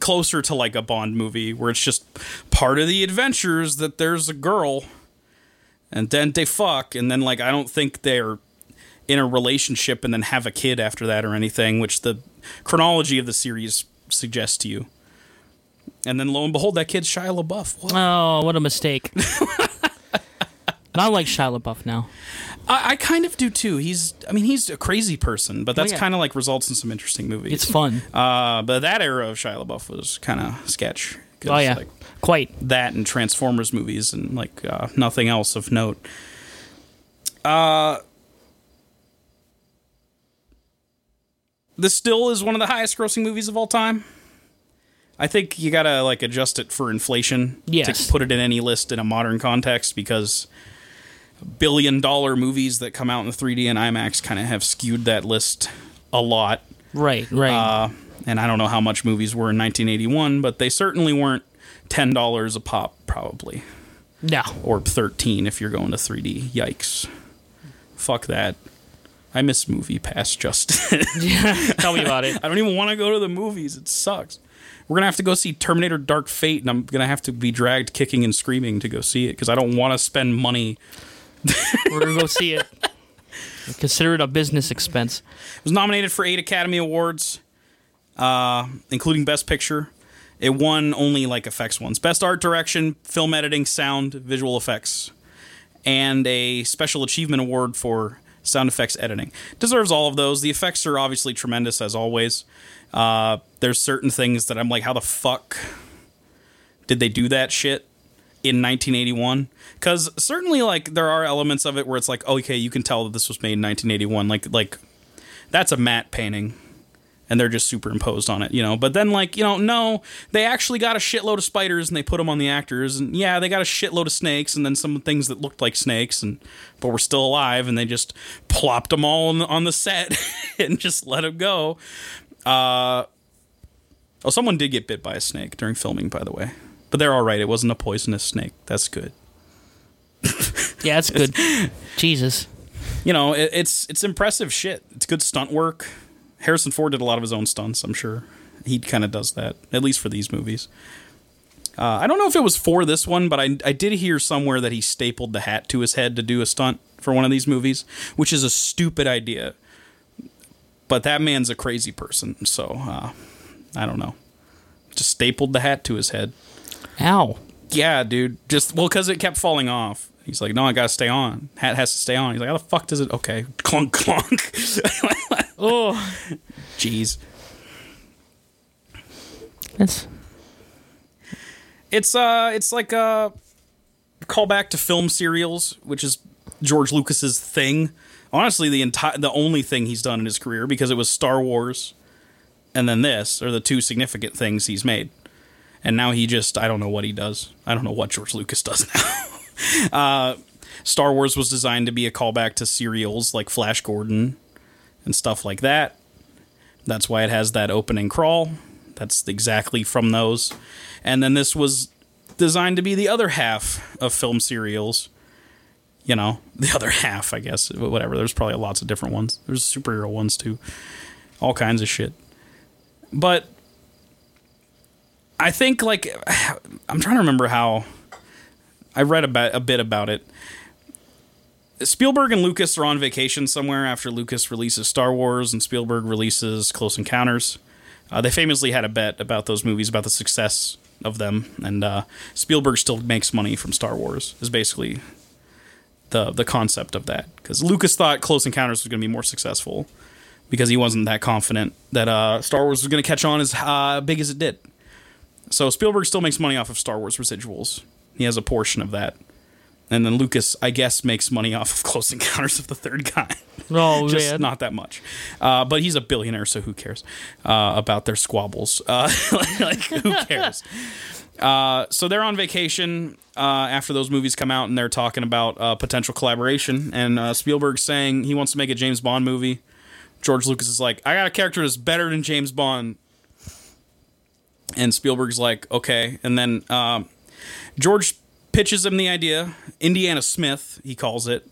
closer to like a Bond movie where it's just part of the adventures that there's a girl and then they fuck and then like I don't think they're in a relationship and then have a kid after that or anything, which the chronology of the series suggests to you. And then lo and behold, that kid's Shia LaBeouf. What? oh, what a <laughs> mistake. But I like Shia LaBeouf now. I, I kind of do too. He's, I mean, he's a crazy person, but that's Oh, yeah. kind of like results in some interesting movies. It's fun. Uh, but that era of Shia LaBeouf was kind of sketch. 'cause, oh yeah, like, quite. that and Transformers movies and like uh, nothing else of note. Uh, this still is one of the highest grossing movies of all time. I think you gotta like adjust it for inflation Yes. to put it in any list in a modern context because billion dollar movies that come out in the 3D and IMAX kind of have skewed that list a lot. Right, right. Uh, and I don't know how much movies were in 1981, but they certainly weren't ten dollars a pop, probably, <laughs> no, or thirteen if you're going to 3D. Yikes! Fuck that. I miss movie pass <laughs> Justin. tell me about it. I don't even want to go to the movies. It sucks. We're gonna have to go see Terminator: Dark Fate, and I'm gonna have to be dragged kicking and screaming to go see it because I don't want to spend money. We're gonna go see it. Consider it a business expense. It was nominated for eight Academy Awards, uh, including Best Picture. It won only like effects ones: Best Art Direction, Film Editing, Sound, Visual Effects, and a Special Achievement Award for Sound Effects Editing. Deserves all of those. The effects are obviously tremendous as always. Uh, there's certain things that I'm like, how the fuck did they do that shit? In 1981, because certainly like there are elements of it where it's like, okay, you can tell that this was made in 1981. Like like that's a matte painting and they're just superimposed on it you know but then like you know no they actually got a shitload of spiders and they put them on the actors and yeah they got a shitload of snakes and then some things that looked like snakes and but were still alive and they just plopped them all on the, on the set <laughs> and just let them go uh, oh someone did get bit by a snake during filming by the way but they're all right it wasn't a poisonous snake that's good Yeah, <laughs> that's good. Jesus. you know, it, it's it's impressive shit. It's good stunt work. Harrison Ford did a lot of his own stunts. I'm sure he kind of does that, at least for these movies. Uh, I don't know if it was for this one, but I I did hear somewhere that he stapled the hat to his head to do a stunt for one of these movies, which is a stupid idea. But that man's a crazy person, so uh, I don't know. Just stapled the hat to his head. Ow. Yeah, dude. Just well, because it kept falling off. He's like, no, I gotta stay on. Hat has to stay on. He's like, how the fuck does it? Okay, <laughs> clunk, clunk. <laughs> Oh, Jeez. that's It's uh, it's like a callback to film serials, which is George Lucas's thing. Honestly, the entire the only thing he's done in his career because it was Star Wars, and then this are the two significant things he's made. And now he just I don't know what he does. I don't know what George Lucas does <laughs> now. Uh, Star Wars was designed to be a callback to serials like Flash Gordon and stuff like that. That's why it has that opening crawl. That's exactly from those. And then this was designed to be the other half of film serials. You know, <laughs> the other half, I guess, whatever. There's probably lots of different ones. There's superhero ones too. All kinds of shit. But I think like <sighs> I'm trying to remember how I read about a bit about it. Spielberg and Lucas are on vacation somewhere after Lucas releases Star Wars and Spielberg releases Close Encounters. Uh, they famously had a bet about those movies, about the success of them, and uh, Spielberg still makes money from Star Wars. Is basically the the concept of that because Lucas thought Close Encounters was going to be more successful because he wasn't that confident that uh, Star Wars was going to catch on as uh, big as it did. So Spielberg still makes money off of Star Wars residuals. He has a portion of that. And then Lucas, I guess, makes money off of <laughs> Close Encounters of the Third Kind. Oh Just man. not that much. Uh, but he's a billionaire, so who cares uh, about their squabbles? Uh, <laughs> like, who cares? Uh, so they're on vacation uh, after those movies come out, and they're talking about uh, potential collaboration. And uh, Spielberg's saying he wants to make a James Bond movie. George Lucas is like, I got a character that's better than James Bond. And Spielberg's like, okay. And then um, George pitches him the idea. Indiana Smith, he calls it.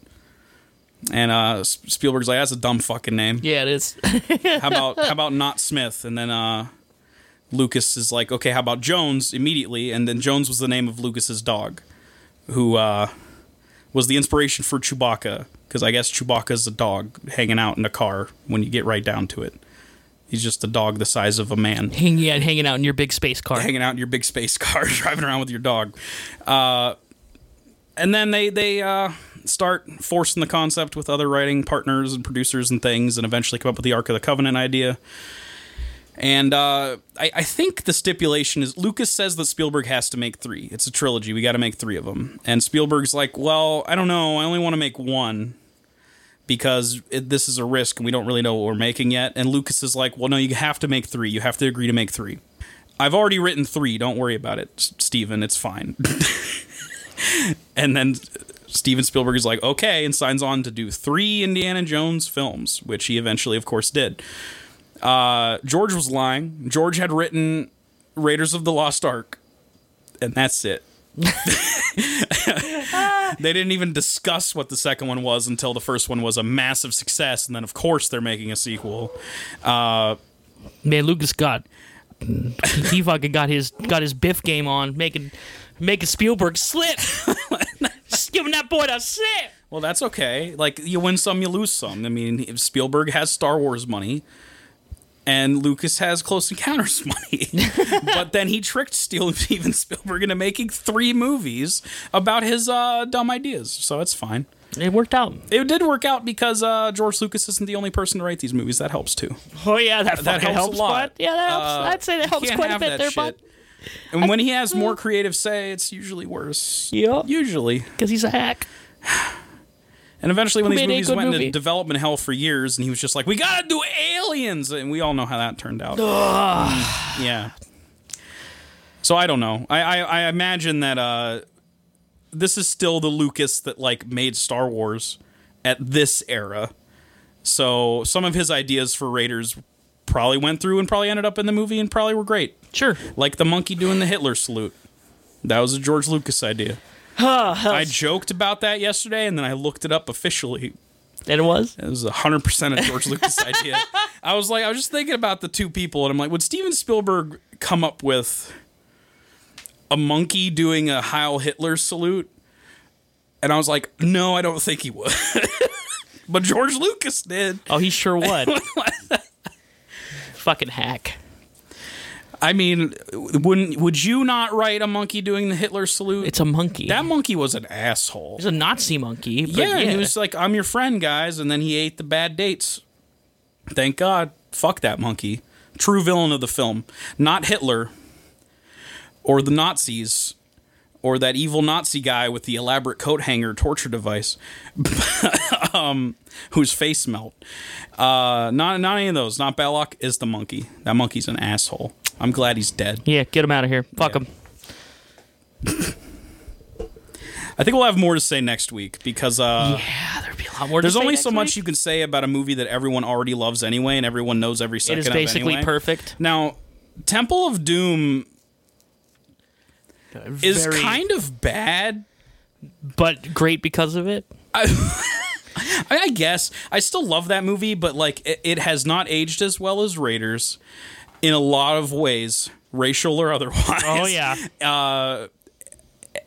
And uh, S- Spielberg's like, that's a dumb fucking name. yeah, it <laughs> is. How about how about not Smith? And then uh, Lucas is like, okay, how about Jones immediately? And then Jones was the name of Lucas's dog, who uh, was the inspiration for Chewbacca, because I guess Chewbacca's a dog hanging out in a car. When you get right down to it, he's just a dog the size of a man Hanging yeah, hanging out in your big space car. hanging out in your big space <laughs> car, driving around with your dog. Uh, and then they they uh, start forcing the concept with other writing partners and producers and things, and eventually come up with the Ark of the Covenant idea. And uh, I, I think the stipulation is Lucas says that Spielberg has to make three. It's a trilogy. We got to make three of them. And Spielberg's like, well, I don't know. I only want to make one because it, this is a risk and we don't really know what we're making yet. And Lucas is like, well, no, you have to make three. You have to agree to make three. I've already written three. Don't worry about it, S- Steven. It's fine. <laughs> and then Steven Spielberg is like, okay, and signs on to do three Indiana Jones films, which he eventually, of course, did. Uh, George was lying. George had written Raiders of the Lost Ark, and that's it. they didn't even discuss what the second one was until the first one was a massive success, and then, of course, they're making a sequel. Man, Lucas got he fucking got his got his Biff game on, making making Spielberg slip. <laughs> Just giving that boy the slip. Well, that's okay. Like you win some, you lose some. I mean, if Spielberg has Star Wars money, and Lucas has Close Encounters <laughs> <laughs> money, but then he tricked Steel- <laughs> Steven Spielberg into making three movies about his uh, dumb ideas. So it's fine. It worked out. It did work out because uh, George Lucas isn't the only person to write these movies. That helps too. Oh yeah, that, That fucking helps a helps, lot. bud. Yeah, that helps. Uh, I'd say that helps can't quite a have bit that there, shit. bud. And when he has more mm. creative say, it's usually worse. Yeah. Usually. Because he's a hack. And eventually, when Who these made a movies good went movie? into development hell for years, and he was just like, "We gotta do aliens," and we all know how that turned out. yeah. So I don't know. I I, I imagine that uh, this is still the Lucas that like made Star Wars at this era. So some of his ideas for Raiders probably went through and probably ended up in the movie and probably were great, Sure. like the monkey doing the Hitler salute. That was a George Lucas idea. I joked about that yesterday, and then I looked it up officially And it was. it was 100% of George Lucas' idea. I was like, I was just thinking about the two people, and I'm like, would Steven Spielberg come up with a monkey doing a Heil Hitler salute? And I was like, no, I don't think he would. <laughs> but George Lucas did. Oh, he <laughs> sure would. fucking hack. I mean, wouldn't would you not write a monkey doing the Hitler salute? It's a monkey. that monkey was an asshole. He's a Nazi monkey. But Yeah, yeah, and he was like, I'm your friend, guys. And then he ate the bad dates. Thank God. Fuck that monkey. True villain of the film. Not Hitler. or the Nazis or that evil Nazi guy with the elaborate coat hanger torture device, <laughs> um, whose face melt. Uh, not not any of those. Not Belloc is the monkey. That monkey's an asshole. I'm glad he's dead. Yeah, get him out of here. Fuck Yeah. him. I think we'll have more to say next week because uh, Yeah, there'd be a lot more. to there's say only next so much week. you can say about a movie that everyone already loves anyway, and everyone knows every It second. is of basically anyway. perfect. Now, Temple of Doom is kind of bad. but great because of it. I, I guess I still love that movie, but like it, it has not aged as well as Raiders in a lot of ways, racial or otherwise. Oh yeah,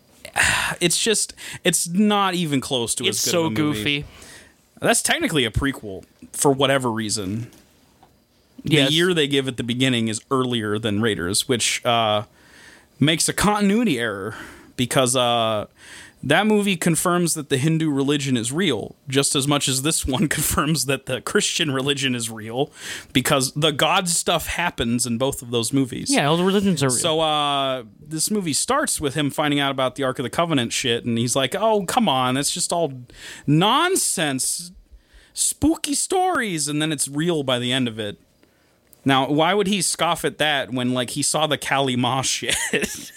<laughs> it's just it's not even close to it's as good so of a movie. goofy. That's technically a prequel for whatever reason. Yes. The year they give at the beginning is earlier than Raiders, which uh, makes a continuity error because uh, that movie confirms that the Hindu religion is real, just as much as this one <laughs> confirms that the Christian religion is real, because the God stuff happens in both of those movies. Yeah, all the religions are real. So uh, this movie starts with him finding out about the Ark of the Covenant shit, and he's like, "Oh, come on, that's just all nonsense, spooky stories." And then it's real by the end of it. Now, why would he scoff at that when like he saw the Kali Ma <laughs> shit?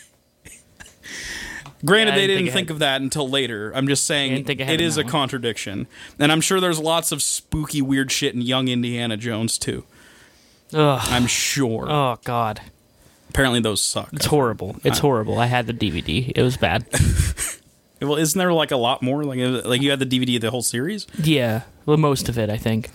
Granted, Yeah, I they didn't didn't think think ahead. of that until later. I'm just saying didn't think ahead it on is that a one. contradiction, and I'm sure there's lots of spooky, weird shit in Young Indiana Jones too. Ugh. I'm sure. Oh god, Apparently, those suck. it's horrible. It's horrible. I had the DVD. It was <laughs> bad. Well, isn't there like a lot more? Like, uh, like you had the DVD of the whole series. yeah, well, most of it, I think.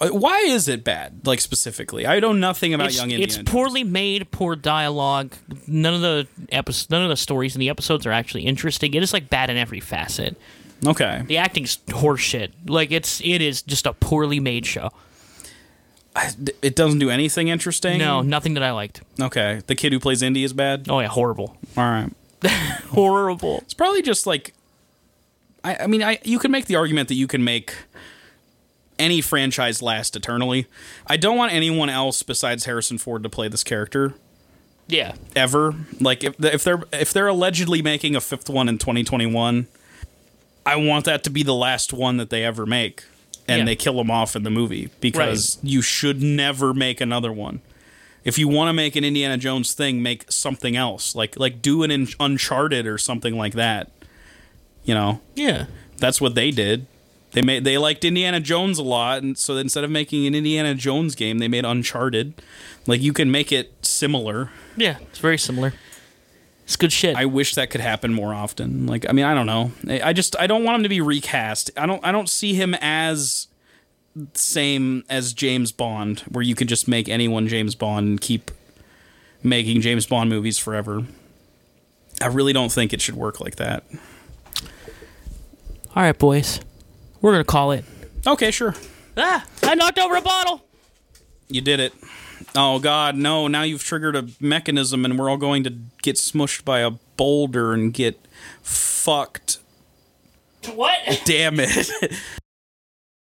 Uh, Why is it bad? Like specifically, I know nothing about It's, Young it's Indiana. poorly made, poor dialogue. None of the episodes, none of the stories in the episodes are actually interesting. It is like bad in every facet. Jones. okay, The acting's horseshit. Like it's it is just a poorly made show. I- it doesn't do anything interesting. No, nothing that I liked. Okay, the kid who plays Indy is bad. Oh yeah, horrible, All right, <laughs> horrible. it's probably just like, I, I mean, I you can make the argument that you can make any franchise last eternally. I don't want anyone else besides Harrison Ford to play this character Yeah, ever. Like if if they're if they're allegedly making a fifth one in 2021, I want that to be the last one that they ever make, and Yeah. they kill him off in the movie because you should never make another one. If you want to make an Indiana Jones thing, make something else. Like like do an Un- Uncharted or something like that. You know, yeah. that's what they did. They made they liked Indiana Jones a lot, and so instead of making an Indiana Jones game, they made Uncharted. Like you can make it similar. Yeah, it's very similar. It's good shit. I wish that could happen more often. Like, I mean, I don't know. I I just I don't want him to be recast. I don't I don't see him as same as James Bond, where you could just make anyone James Bond and keep making James Bond movies forever. I really don't think it should work like that. All right, boys, we're gonna call it. Okay, sure. Ah, I knocked over a bottle. You did it. Oh god, no. Now you've triggered a mechanism and we're all going to get smushed by a boulder and get fucked. What? <laughs> Damn it. <laughs>